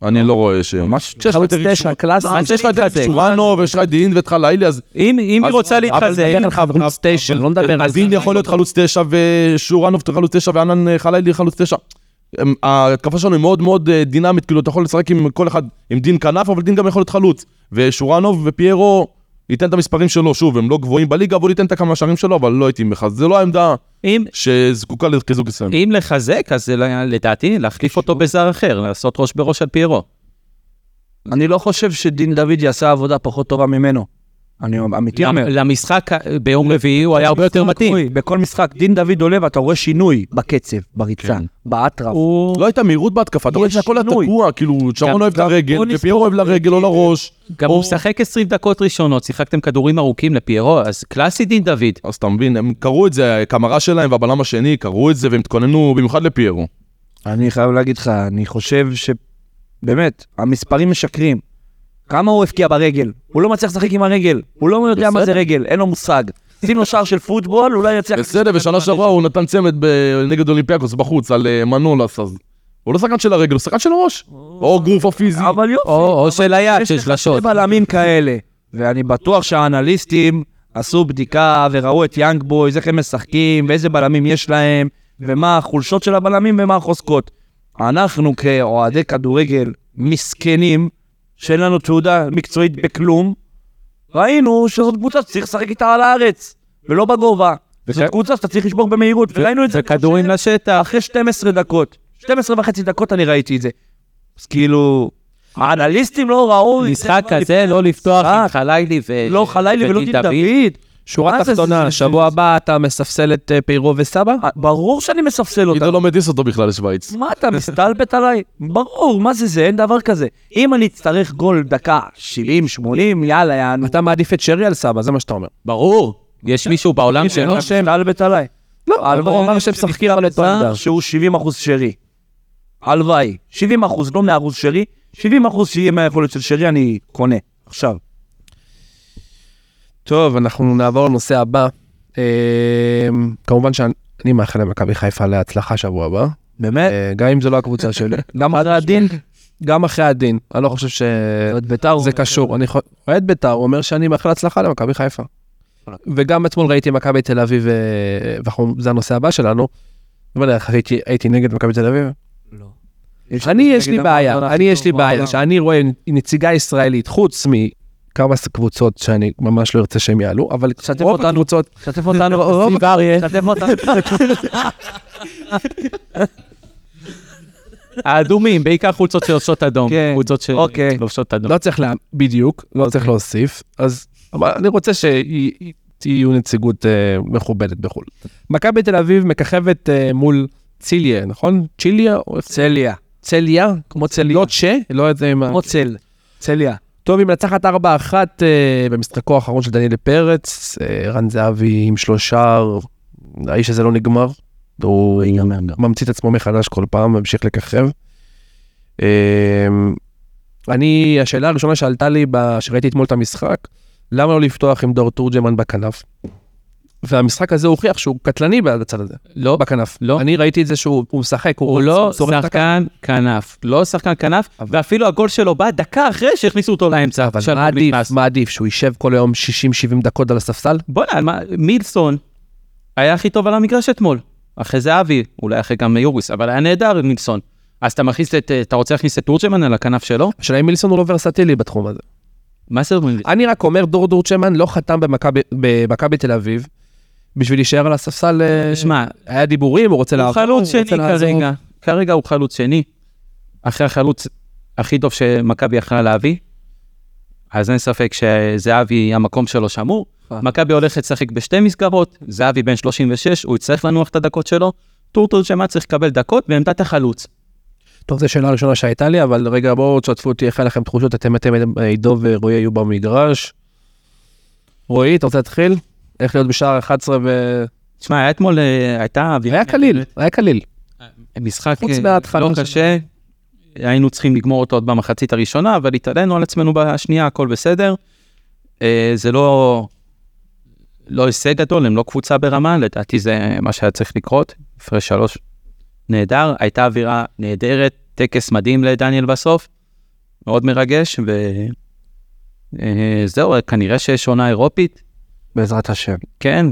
Speaker 4: אני לא רואה ש...
Speaker 3: ממש חלוץ תשע, קלאסי.
Speaker 2: מה שיש לך להתחזק?
Speaker 4: שורנו, ויש לך את דין ואת חלילי, אז
Speaker 2: אם אם היא
Speaker 4: אז-
Speaker 2: רוצה
Speaker 1: אבל
Speaker 2: להתחזק,
Speaker 1: נדבר על חלוץ תשע, לא נדבר על
Speaker 4: אז
Speaker 1: זה.
Speaker 4: דין יכול להיות חלוץ תשע, ושורנוב חלוץ תשע, וענן אה, חלילי חלוץ תשע. הם- ההתקפה שלנו היא מאוד מאוד אה, דינמית, כאילו אתה יכול לשחק עם כל אחד, עם דין כנף, אבל דין גם יכול להיות חלוץ. ושורנוב ופיירו ייתן את המספרים שלו, שוב, הם לא גבוהים בליגה, אבל הוא ייתן את הכמה שערים שלו, אבל לא הייתי מחזק, זה לא העמדה
Speaker 2: אם-
Speaker 4: שזקוקה לחיזוק ישראל.
Speaker 2: אם לחזק, אז זה ל- לדעתי להחליף אותו
Speaker 3: כן,
Speaker 2: בזר אחר, לעשות ראש בראש על פיירו.
Speaker 3: אני לא חושב שדין דוד יעשה עבודה פחות טובה ממנו. אני אמיתי אומר.
Speaker 2: למשחק ה- ביום רביעי הוא היה הרבה יותר
Speaker 3: משחק
Speaker 2: מתאים.
Speaker 3: מקורי, בכל משחק, דין דוד עולה ואתה רואה שינוי בקצב, בריצה, באטרף.
Speaker 2: כן. הוא
Speaker 4: לא הייתה מהירות בהתקפה, אתה רואה
Speaker 3: יש
Speaker 4: שהכל היה
Speaker 3: שינוי.
Speaker 4: תקוע, כאילו,
Speaker 2: גם-
Speaker 4: שרון אוהב
Speaker 2: גם-
Speaker 4: לרגל,
Speaker 2: בוא נסתכל-
Speaker 4: ופיירו אוהב לרגל או לראש.
Speaker 2: גם
Speaker 4: או-
Speaker 2: הוא משחק 20 דקות ראשונות, שיחקתם כדורים ארוכים לפיירו, אז קלאסי דין דוד.
Speaker 4: אז אתה מבין, הם קראו את זה, הקמרה שלהם והבלם השני קראו את זה, והם התכוננו במיוחד לפיירו.
Speaker 3: אני חייב להגיד לך, אני חושב ש... באמת, המספרים משקרים. כמה הוא הבקיע ברגל? הוא לא מצליח לשחק עם הרגל. הוא לא יודע מה זה רגל, אין לו מושג. שים לו שער של פוטבול, אולי יצליח...
Speaker 4: בסדר, בשנה שעברה הוא נתן צמד ב- נגד אולימפיאקוס בחוץ על אה, מנולס, אז הוא לא שחקן של הרגל, הוא שחקן של הראש. או גוף או פיזי.
Speaker 3: אבל יופי.
Speaker 2: או או של היד,
Speaker 3: יש
Speaker 2: של
Speaker 3: לך
Speaker 2: שלשות.
Speaker 3: שני בלמים כאלה. ואני בטוח שהאנליסטים עשו בדיקה וראו את יאנג בויז, איך הם משחקים, ואיזה בלמים יש להם, ומה החולשות של הבלמים ומה החוזקות. אנחנו כאוהדי כדורגל מסכנים, שאין לנו תעודה מקצועית בכלום, ראינו שזאת קבוצה שצריך לשחק איתה על הארץ, ולא בגובה. זאת קבוצה שאתה צריך לשבור במהירות, וראינו את זה
Speaker 2: כדורים לשטח.
Speaker 3: אחרי 12 דקות. 12 וחצי דקות אני ראיתי את זה. אז כאילו, האנליסטים לא ראו... את זה
Speaker 2: משחק
Speaker 3: כבר
Speaker 2: כזה,
Speaker 3: לפני
Speaker 2: לא לפתוח עם אה,
Speaker 3: המשחק.
Speaker 2: חלילי ו...
Speaker 3: לא חלילי ולא דין
Speaker 2: ודין
Speaker 3: דוד.
Speaker 1: שורה
Speaker 3: מה זה,
Speaker 1: תחתונה,
Speaker 3: זה-
Speaker 1: שבוע הבא אתה מספסל את אה, פיירו וסבא?
Speaker 3: אה, ברור שאני מספסל אותם.
Speaker 4: עידו לא מטיס אותו בכלל לשוויץ.
Speaker 3: מה אתה מסתלבט עליי? ברור, מה זה זה? אין דבר כזה. אם אני אצטרך גול דקה 70-80, יאללה, יענו.
Speaker 1: אתה מעדיף את שרי על סבא, זה מה שאתה אומר.
Speaker 2: ברור.
Speaker 3: כן.
Speaker 2: יש מישהו בעולם
Speaker 3: אתה
Speaker 2: שלא...
Speaker 3: מסתלבט עליי.
Speaker 1: לא, אבל הוא אמר שהם משחקים על אותו
Speaker 3: אתה
Speaker 1: עמדה.
Speaker 3: שהוא 70% שרי. הלוואי. 70%, לא 100% שרי. 70% שיהיה מהיכולת של שרי, אני קונה. עכשיו.
Speaker 1: טוב, אנחנו נעבור לנושא הבא. אמ, כמובן שאני מאחל למכבי חיפה להצלחה שבוע הבא,
Speaker 3: באמת?
Speaker 1: אה, גם אם זו לא הקבוצה שלי.
Speaker 3: גם אחרי הדין?
Speaker 1: גם אחרי הדין, אני לא חושב
Speaker 3: עוד ביתר.
Speaker 1: שזה קשור. אני חו- אוהד בית"ר אומר שאני מאחל הצלחה למכבי חיפה. וגם אתמול ראיתי מכבי תל אביב, אה, ואנחנו- זה הנושא הבא שלנו, לא יודע איך הייתי- הייתי נגד מכבי תל אביב.
Speaker 3: לא.
Speaker 1: אני יש לי בעיה, אני יש לי בעיה, שאני רואה נציגה ישראלית, חוץ מכמה קבוצות שאני ממש לא ארצה שהם יעלו, אבל
Speaker 3: שתף
Speaker 1: רוב
Speaker 3: אותנו.
Speaker 1: הקבוצות,
Speaker 3: שתף אותנו, אוקיי,
Speaker 1: סביב אריה,
Speaker 3: שתף אותנו.
Speaker 2: האדומים, בעיקר חולצות שלובשות אדום.
Speaker 3: כן.
Speaker 2: חולצות
Speaker 3: אוקיי.
Speaker 2: שלובשות אדום.
Speaker 1: לא צריך לה... בדיוק, לא צריך להוסיף, אז אבל אני רוצה שתהיו נציגות אה, מכובדת בחו"ל. מכבי תל אביב מככבת אה, מול ציליה, נכון? צ'יליה? או איך-
Speaker 3: צליה.
Speaker 1: צליה? כמו צליה. לא צ'ה? לא יודע אם... ה-
Speaker 3: כמו צל. צליה.
Speaker 1: טוב, היא מנצחת 4-1 אה, במשחקו האחרון של דניאל פרץ, אה, רן זהבי עם שלושה, האיש הזה לא נגמר, הוא ממציא את עצמו מחדש כל פעם, ממשיך לככב. אה, אני, השאלה הראשונה שעלתה לי כשראיתי אתמול את המשחק, למה לא לפתוח עם דור תורג'מן בכנף? והמשחק הזה הוכיח שהוא קטלני בעד הצד הזה,
Speaker 2: לא,
Speaker 1: בכנף.
Speaker 2: לא.
Speaker 1: אני ראיתי את זה שהוא הוא משחק, הוא
Speaker 2: הוא
Speaker 1: רץ,
Speaker 2: לא
Speaker 1: הוא שורף את הכ-
Speaker 2: שחקן כנף. לא שחקן כנף, ואפילו הגול שלו בא דקה אחרי שהכניסו אותו לאמצע.
Speaker 1: אבל
Speaker 2: שלום
Speaker 1: מה עדיף,
Speaker 2: נכנס.
Speaker 1: מה עדיף, שהוא יישב כל היום 60-70 דקות על הספסל?
Speaker 2: בוא'נה, על מה- מילסון היה הכי טוב על המגרש אתמול. אחרי זהבי, אולי אחרי גם יוריס, אבל היה נהדר מילסון. אז אתה מכניס את, אה, אתה רוצה להכניס את תורג'מן על הכנף שלו?
Speaker 1: השאלה אם מילסון הוא לא ורסטילי בתחום הזה.
Speaker 2: מה זה אומר?
Speaker 1: אני רק אומר, דור דורצ'מן לא חתם במכבי- במכבי תל אביב בשביל להישאר על הספסל. אה,
Speaker 2: שמע,
Speaker 1: היה דיבורים, לא, הוא רוצה
Speaker 2: הוא
Speaker 1: לעבור,
Speaker 2: חלוץ
Speaker 1: רוצה
Speaker 2: שני
Speaker 1: לעזוב.
Speaker 2: כרגע. כרגע הוא חלוץ שני. אחרי החלוץ הכי טוב שמכבי יכלה להביא. אז אין ספק שזהבי, המקום שלו שמור.
Speaker 3: אה.
Speaker 2: מכבי הולכת לשחק בשתי מסגרות, זהבי בן 36, הוא יצטרך לנוח את הדקות שלו. טורטור שמע צריך לקבל דקות בעמדת החלוץ.
Speaker 1: טוב, זו שאלה ראשונה שהייתה לי, אבל רגע, בואו תשתפו אותי, איך היה לכם תחושות, אתם אתם אה, עידו ורועי היו במגרש. רועי, אתה רוצה להתחיל? איך להיות בשער 11 ו...
Speaker 2: תשמע, היה אתמול, אה, הייתה אווירה.
Speaker 1: היה קליל, היה קליל.
Speaker 2: משחק
Speaker 1: חוץ
Speaker 2: אה,
Speaker 1: מההתחלה
Speaker 2: לא
Speaker 1: של-
Speaker 2: קשה, היינו צריכים לגמור אותו עוד במחצית הראשונה, אבל התעלינו על עצמנו בשנייה, הכל בסדר. אה, זה לא, לא הישג גדול, הם לא קבוצה ברמה, לדעתי זה מה שהיה צריך לקרות, הפרש שלוש נהדר, הייתה אווירה נהדרת, טקס מדהים לדניאל בסוף, מאוד מרגש, וזהו, כנראה שיש עונה אירופית,
Speaker 3: בעזרת השם.
Speaker 2: כן,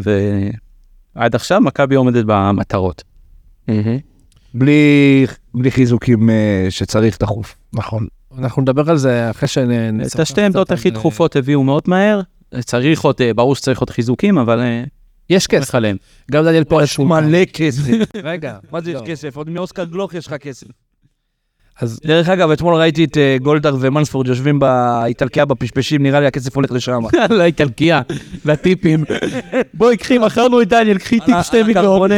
Speaker 2: ועד עכשיו מכבי עומדת במטרות.
Speaker 3: בלי בלי חיזוקים אה, שצריך דחוף.
Speaker 1: נכון. אנחנו נדבר על זה אחרי שנ...
Speaker 2: את השתי עמדות הכי דחופות הביאו מאוד מהר. צריך עוד, אה, ברור שצריך עוד חיזוקים, אבל אה,
Speaker 1: יש כסף.
Speaker 2: הולך עליהם.
Speaker 1: גם דניאל פרץ. הוא-
Speaker 3: מלא כסף.
Speaker 1: רגע,
Speaker 3: מה זה יש
Speaker 1: לא.
Speaker 3: כסף? עוד מאוסקר גלוך יש לך כסף.
Speaker 1: אז-
Speaker 3: דרך אגב, אתמול ראיתי את אה, גולדהר ומנספורד יושבים באיטלקיה בפשפשים, נראה לי הכסף הולך לשם.
Speaker 2: על האיטלקיה, לא לטיפים. בואי, קחי, מכרנו את דניאל, קחי טיפ שתי מיליון.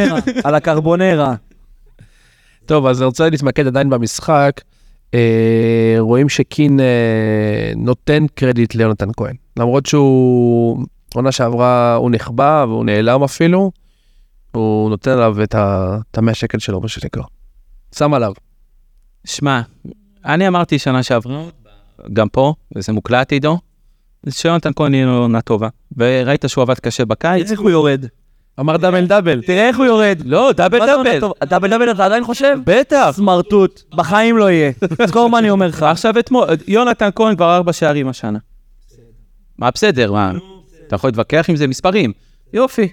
Speaker 3: על הקרבונרה.
Speaker 1: טוב, אז אני רוצה להתמקד עדיין במשחק. אה, רואים שקין אה, נותן קרדיט ליונתן כהן. למרות שהוא, עונה שעברה הוא נחבא והוא נעלם אפילו, הוא נותן עליו את ה- את המאה שקל שלו, מה שנקרא. שם עליו.
Speaker 2: שמע, אני אמרתי שנה שעברה, גם פה, וזה מוקלט עידו, שיונתן כהן יהיה לו עונה טובה. וראית שהוא עבד קשה בקיץ.
Speaker 3: איך הוא יורד?
Speaker 1: אמר דאבל דאבל.
Speaker 3: תראה איך הוא יורד.
Speaker 2: לא, דאבל
Speaker 3: מה זה עונה
Speaker 2: דאבל.
Speaker 3: טובה? דאבל דאבל אתה עדיין חושב?
Speaker 2: בטח.
Speaker 3: סמרטוט. בחיים לא יהיה. תזכור מה אני אומר לך.
Speaker 2: עכשיו אתמול, יונתן כהן כבר ארבע שערים השנה. מה בסדר? מה? אתה יכול להתווכח עם זה מספרים. יופי.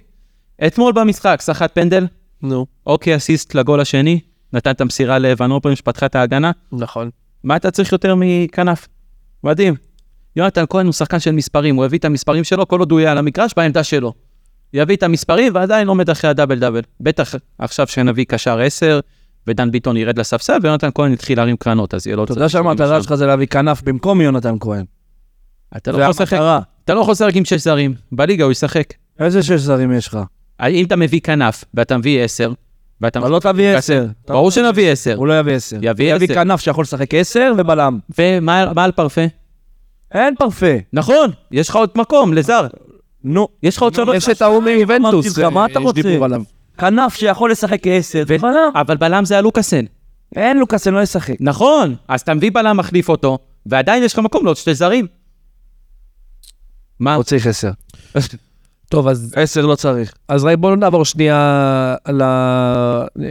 Speaker 2: אתמול במשחק, סחט פנדל,
Speaker 1: נו,
Speaker 2: אוקיי אסיסט לגול השני, נתן את המסירה לאבן אופרים שפתחה את ההגנה,
Speaker 1: נכון.
Speaker 2: מה אתה צריך יותר מכנף? מדהים. יונתן כהן הוא שחקן של מספרים, הוא יביא את המספרים שלו כל עוד הוא יהיה על המגרש בעמדה שלו. יביא את המספרים ועדיין עומד אחרי הדאבל דאבל. בטח עכשיו שנביא קשר 10 ודן ביטון ירד לספסל ויונתן כהן יתחיל להרים קרנות, אז יהיה לו...
Speaker 3: אתה
Speaker 2: צד
Speaker 3: יודע שהמטרה
Speaker 2: שם.
Speaker 3: שלך זה להביא כנף במקום יונתן כהן.
Speaker 2: אתה לא
Speaker 3: זה
Speaker 2: יכול לשחק
Speaker 3: המטרה.
Speaker 2: אתה לא יכול לשחק עם שש זרים, בליגה הוא ישחק.
Speaker 3: איזה שש זרים יש לך?
Speaker 2: אם אתה מביא כנף ואתה מביא 10, ואתה...
Speaker 3: אבל לא תביא
Speaker 2: עשר.
Speaker 3: עשר.
Speaker 2: ברור שנביא 10.
Speaker 3: הוא לא יביא עשר.
Speaker 2: יביא
Speaker 3: הוא יביא
Speaker 2: עשר.
Speaker 3: כנף שיכול לשחק עשר ובלם.
Speaker 2: ומה מה על פרפה?
Speaker 3: אין פרפה.
Speaker 2: נכון, יש לך עוד מקום לזר.
Speaker 3: נו.
Speaker 2: יש לך עוד שלוש...
Speaker 1: יש את ההוא
Speaker 3: אמרתי
Speaker 1: מיובנטוס.
Speaker 3: לך, מה אתה
Speaker 1: יש
Speaker 3: רוצה?
Speaker 1: דיבור עליו.
Speaker 3: כנף שיכול לשחק עשר. ובלם.
Speaker 2: אבל בלם זה הלוקאסן.
Speaker 3: אין לוקאסן לא ישחק.
Speaker 2: נכון, אז אתה מביא בלם, מחליף אותו, ועדיין יש לך מקום לעוד שתי זרים. מה?
Speaker 3: הוא צריך עשר.
Speaker 1: טוב, אז
Speaker 3: עשר לא צריך.
Speaker 1: אז רגע, בואו נעבור שנייה ל...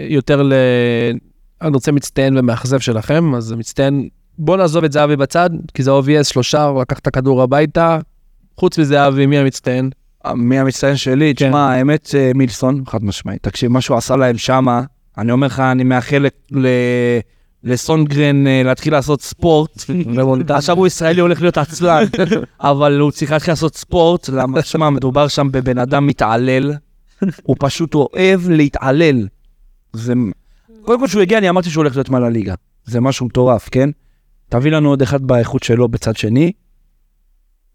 Speaker 1: יותר ל... אני רוצה מצטיין ומאכזב שלכם, אז מצטיין, בואו נעזוב את זהבי בצד, כי זה obvious, שלושה, הוא לקח את הכדור הביתה. חוץ מזהבי, מי המצטיין?
Speaker 3: מהמצטיין שלי, תשמע, האמת, אה, מילסון, חד משמעית. תקשיב, מה שהוא עשה להם שמה, אני אומר לך, אני מאחל ל- ל- לסונגרן אה, להתחיל לעשות ספורט. עכשיו הוא ישראלי הולך להיות עצלן, אבל הוא צריך להתחיל לעשות ספורט, למה, שמע, מדובר שם בבן אדם מתעלל. הוא פשוט אוהב להתעלל. זה... קודם כל, כשהוא הגיע, אני אמרתי שהוא הולך להיות מעל הליגה. זה משהו מטורף, כן? תביא לנו עוד אחד באיכות שלו בצד שני,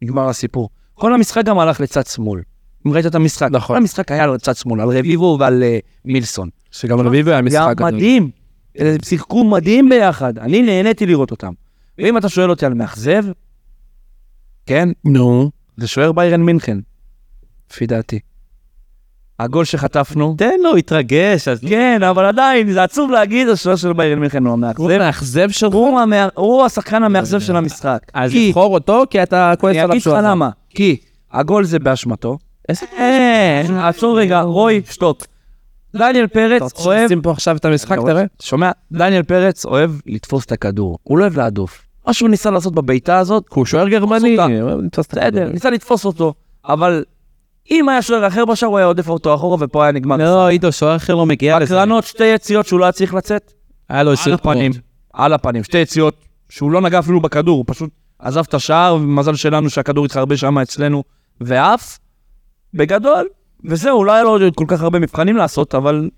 Speaker 3: נגמר הסיפור. כל המשחק גם הלך לצד שמאל. אם ראית את המשחק, נכון. כל המשחק היה לצד שמאל, על רביבו ועל אה, מילסון.
Speaker 1: שגם רביבו היה
Speaker 3: היה
Speaker 1: משחק גדול.
Speaker 3: מדהים. הם שיחקו מדהים ביחד, אני נהניתי לראות אותם. ואם אתה שואל אותי על מאכזב, כן,
Speaker 1: נו.
Speaker 3: זה שוער ביירן מינכן, לפי דעתי. הגול שחטפנו,
Speaker 2: תן לו, התרגש, אז
Speaker 3: כן, אבל עדיין, זה עצוב להגיד, השוער של ביירן מינכן הוא
Speaker 2: הוא
Speaker 3: המאכזב.
Speaker 2: מאכזב שלך.
Speaker 3: הוא המא- הוא השחקן המאכזב של המשחק.
Speaker 2: אז
Speaker 3: כי-
Speaker 2: לבחור אותו, כי אתה כועס
Speaker 3: אני
Speaker 2: עליו
Speaker 3: אגיד לך
Speaker 2: שהוא עזב.
Speaker 3: למה, כי הגול זה באשמתו.
Speaker 2: איזה-
Speaker 3: אין, עצור רגע, רוי, שתוק. דניאל פרץ אוהב...
Speaker 1: שים פה עכשיו את המשחק,
Speaker 3: אתה
Speaker 1: תראה.
Speaker 3: שומע? דניאל פרץ אוהב לתפוס את הכדור, הוא לא אוהב להדוף. מה שהוא ניסה לעשות בבעיטה הזאת,
Speaker 1: הוא שוער גרמני.
Speaker 3: בסדר, ניסה לתפוס אותו, אבל אם היה שוער אחר בשער, הוא היה עודף אותו אחורה, ופה היה נגמר.
Speaker 2: לא, עידו, שוער אחר לא מגיע לזה.
Speaker 3: הקרנות, שתי יציאות שהוא לא היה צריך לצאת,
Speaker 2: היה לו
Speaker 3: על
Speaker 2: עשר
Speaker 3: הפנים. על הפנים, שתי יציאות, שהוא לא נגע אפילו בכדור, הוא פשוט עזב את השער, ומזל שלנו שהכדור התחרבש שם אצלנו, ועף, בגדול, וזהו, לא היה לו עוד כל כך הרבה מבחנים לעשות, אבל...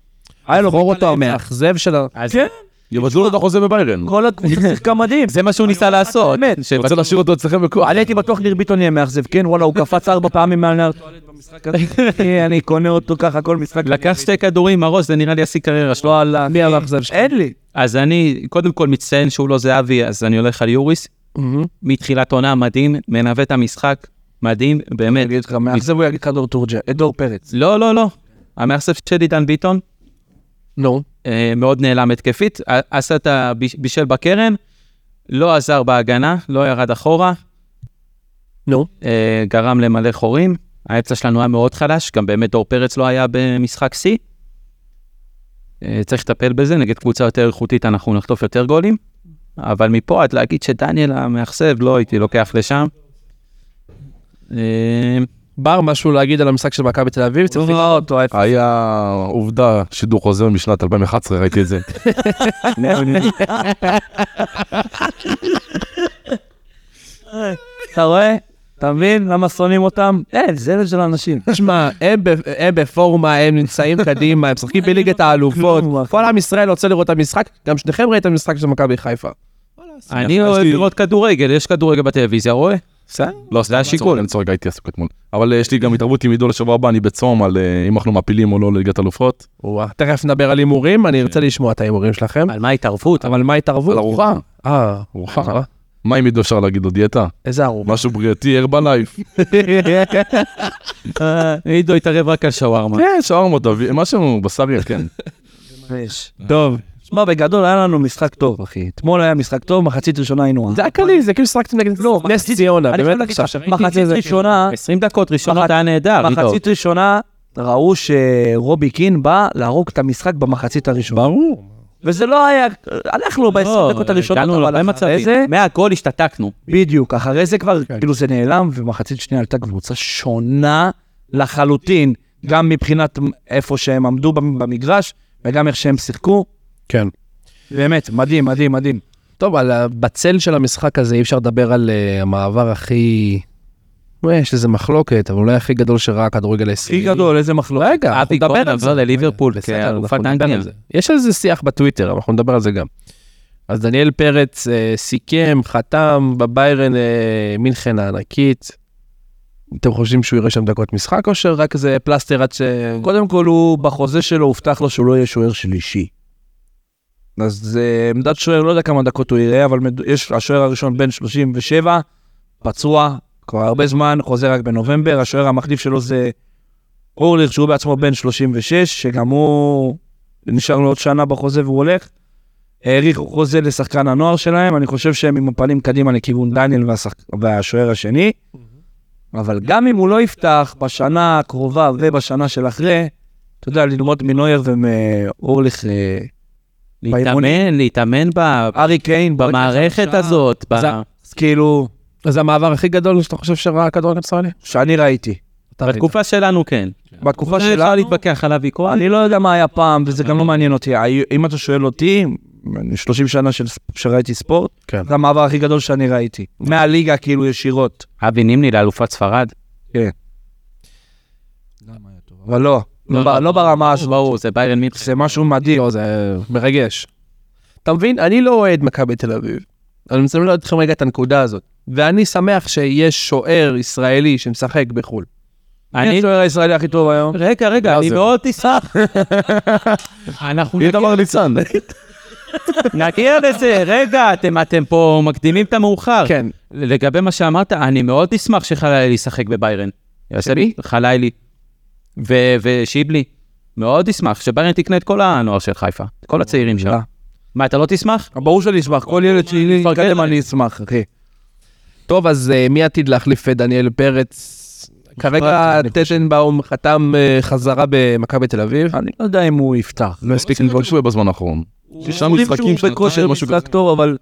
Speaker 3: היה לו...
Speaker 1: לבחור
Speaker 3: בעיטה
Speaker 1: אותו
Speaker 3: לאמצע.
Speaker 1: המאכזב של ה...
Speaker 2: אז
Speaker 3: כן,
Speaker 4: יבטלו לו את החוזה בביירן.
Speaker 3: כל הקבוצה שיחקה מדהים.
Speaker 2: זה מה שהוא ניסה לעשות.
Speaker 3: באמת.
Speaker 2: שבטוח-
Speaker 4: רוצה להשאיר אותו אצלכם בכוח.
Speaker 3: אני הייתי בטוח ניר ביטון יהיה מאכזב, כן? וואלה, הוא קפץ ארבע פעמים מעל נער טואלט במשחק הזה. כן, אני קונה אותו ככה כל משחק.
Speaker 2: לקח שתי כדורים מהראש, זה נראה לי השיא קריירה שלו.
Speaker 3: וואלה.
Speaker 1: מי המאכזב שלך?
Speaker 3: אין לי.
Speaker 2: אז אני, קודם כל מציין שהוא לא זהבי, אז אני הולך על יוריס. מתחילת עונה, מדהים, מנווט את המשחק, מדהים, באמת.
Speaker 3: אגיד לך, מאכזב הוא יגיד לך דור תורג'ה, אה, דור פרץ.
Speaker 2: לא, לא, לא. המאכסף של עידן ביטון,
Speaker 1: נו.
Speaker 2: אה, מאוד נעלם התקפית, ע- עשה את הבישל בקרן, לא עזר בהגנה, לא ירד אחורה.
Speaker 1: נו.
Speaker 2: אה, גרם למלא חורים. האמצע שלנו היה מאוד חלש, גם באמת דור פרץ לא היה במשחק שיא. אה, צריך לטפל בזה, נגד קבוצה יותר איכותית אנחנו נחטוף יותר גולים. אבל מפה עד להגיד שדניאל המאכסב, לא הייתי לוקח לשם. אה,
Speaker 1: בר, משהו להגיד על המשחק של מכבי תל אביב? צריך-
Speaker 3: הוא ראה אותו, ההפך.
Speaker 4: היה עובדה, שידור חוזר משנת 2011, ראיתי את זה.
Speaker 3: אתה רואה? אתה מבין למה שונאים אותם? אין, זבל של אנשים.
Speaker 1: תשמע, הם ב- הם בפורמה, הם נמצאים קדימה, הם משחקים בליגת האלופות.
Speaker 3: כלום, אחי.
Speaker 1: כל עם ישראל רוצה לראות את המשחק, גם שניכם ראיתם משחק של מכבי חיפה.
Speaker 2: אני אוהב לראות כדורגל, יש כדורגל בטלוויזיה, רואה?
Speaker 4: לא, זה
Speaker 2: היה שיקול.
Speaker 4: אני צוחק, הייתי עסוק אתמול. אבל אה, יש לי גם התערבות עם עידו לשבוע הבא, אני בצום על אה, אם אנחנו מפילים או לא לליגת אלופות.
Speaker 1: וואה. תכף נדבר על הימורים, אני ארצה לשמוע את ההימורים שלכם.
Speaker 2: על מה ההתערבות?
Speaker 1: אבל מה
Speaker 4: על
Speaker 1: ההתערבות?
Speaker 4: ארוחה,
Speaker 1: אה,
Speaker 4: ארוחה. מה אם עידו אפשר להגיד לו דיאטה?
Speaker 1: איזה ארומה.
Speaker 4: משהו בריאותי, ארבלייף.
Speaker 2: עידו התערב רק על שווארמה.
Speaker 4: כן, שווארמות, אבי- משהו בשרי, כן.
Speaker 1: טוב.
Speaker 3: שמע, בגדול היה לנו משחק טוב, אחי. אתמול היה משחק טוב, מחצית ראשונה היינו...
Speaker 1: זה היה קליל, זה כאילו שחקתם נגד נס ציונה,
Speaker 3: אני חייב
Speaker 1: באמת
Speaker 3: להגיד
Speaker 1: עכשיו.
Speaker 3: לך, מחצית ראשונה,
Speaker 2: 20 דקות ראשונות
Speaker 3: אה, מחצ-
Speaker 2: היה נהדר, עידו.
Speaker 3: מחצית ראשונה, ראו שרובי קין בא להרוג את המשחק במחצית הראשונה.
Speaker 1: ברור.
Speaker 3: וזה לא היה, הלך לו
Speaker 2: לא,
Speaker 3: ב-20 דקות הראשונות,
Speaker 2: הגענו להרבה
Speaker 3: אבל אחרי זה,
Speaker 2: מצבים. מהגול השתתקנו.
Speaker 3: בדיוק, אחרי זה כבר, כאילו זה נעלם, ומחצית שנייה עלתה קבוצה שונה לחלוטין, גם מבחינת איפה שהם עמדו במ- במגרש, וגם איך שהם שיחקו.
Speaker 1: כן.
Speaker 3: באמת, מדהים, מדהים, מדהים.
Speaker 1: טוב, על ה- בצל של המשחק הזה אי אפשר לדבר על אה, המעבר הכי... אה, יש איזה מחלוקת, אבל אולי הכי גדול שראה הכדורגל
Speaker 3: הכי
Speaker 1: הישראלי.
Speaker 3: גדול, איזה מחלוקת.
Speaker 1: רגע, אנחנו
Speaker 2: אבי
Speaker 1: נדבר
Speaker 2: כהן
Speaker 1: על זה.
Speaker 2: עבר לליברפול
Speaker 1: בסדר,
Speaker 2: כאלופת
Speaker 1: אנחנו נדבר
Speaker 2: אנגליה.
Speaker 1: על זה. יש על זה שיח בטוויטר, אבל אנחנו נדבר על זה גם. אז דניאל פרץ אה, סיכם, חתם בביירן אה, מינכן הענקית. אתם חושבים שהוא יראה שם דקות משחק או שרק איזה פלסטר עד ש...
Speaker 3: קודם כל, הוא, בחוזה שלו הובטח לו שהוא לא יהיה שוער שלישי. אז אה, עמדת שוער, לא יודע כמה דקות הוא יראה, אבל מד- יש, השוער הראשון בן 37, פצוע כבר הרבה זמן, חוזר רק בנובמבר, השוער המחליף שלו זה אורליך, שהוא בעצמו בן 36, שגם הוא נשאר לו עוד שנה בחוזה והוא הולך. האריכו חוזה לשחקן הנוער שלהם, אני חושב שהם עם הפנים קדימה לכיוון דניאל והשחק... והשוער השני. אבל גם אם הוא לא יפתח בשנה הקרובה ובשנה של אחרי, אתה יודע, ללמוד מנויר ומאורליך, אה,
Speaker 2: להתאמן, להתאמן ב-
Speaker 3: ארי קיין,
Speaker 2: במערכת הזאת. ב-
Speaker 1: זה-
Speaker 3: אז כאילו,
Speaker 1: אז המעבר הכי גדול שאתה חושב שראה הכדורגל הישראלי?
Speaker 3: שאני ראיתי.
Speaker 2: בתקופה שלנו כן.
Speaker 3: בתקופה
Speaker 2: זה אפשר
Speaker 3: שלנו,
Speaker 2: להתווכח עליו ויכוח.
Speaker 3: אני לא יודע מה היה פעם, וזה גם לא מעניין אותי. היו- אם אתה שואל אותי, 30 שנה של- שראיתי ספורט,
Speaker 1: כן.
Speaker 3: זה המעבר הכי גדול שאני ראיתי. מהליגה כאילו ישירות.
Speaker 2: אבי נימני לאלופת ספרד.
Speaker 3: אבל לא, לא ב- לא ברמה הזאת.
Speaker 2: ברור, זה ביירן מינכן.
Speaker 3: זה משהו מדהים.
Speaker 1: לא, זה מרגש. אתה מבין? אני לא אוהד מכבי תל אביב. אני מסמן אתכם רגע את הנקודה הזאת. ואני שמח שיש שוער ישראלי שמשחק בחו"ל.
Speaker 3: מי
Speaker 2: אני...
Speaker 3: השוער הישראלי הכי טוב היום?
Speaker 2: רגע, רגע, אני מאוד תשמח. אנחנו נגיע-
Speaker 4: איתמר ניצן.
Speaker 1: כן.
Speaker 2: נגיע לזה, רגע, אתם- אתם פה מקדימים את המאוחר.
Speaker 1: כן.
Speaker 2: לגבי מה שאמרת, אני מאוד אשמח שחלילי ישחק בביירן. יעשה לי? חלילי. ו- ושיבלי. מאוד אשמח שביירן תקנה את כל הנוער של חיפה, את כל הצעירים שלה.
Speaker 4: כן.
Speaker 2: מה, אתה לא תשמח?
Speaker 3: ברור שאני אשמח, כל ילד שלי
Speaker 2: מפרגן
Speaker 3: יתקדם
Speaker 2: להם.
Speaker 3: אני אשמח, אחי.
Speaker 1: טוב, אז אה, מי עתיד להחליף את דניאל פרץ? כרגע טטנבאום חתם אה, חזרה במכבי תל אביב.
Speaker 3: אני לא יודע אם הוא יפתח.
Speaker 4: לא הספיק לבקש בזמן האחרון. שישה משחקים,
Speaker 3: משחקים שהוא
Speaker 4: שנתיים,
Speaker 3: בכושר
Speaker 4: משהו
Speaker 3: משחק טוב, אבל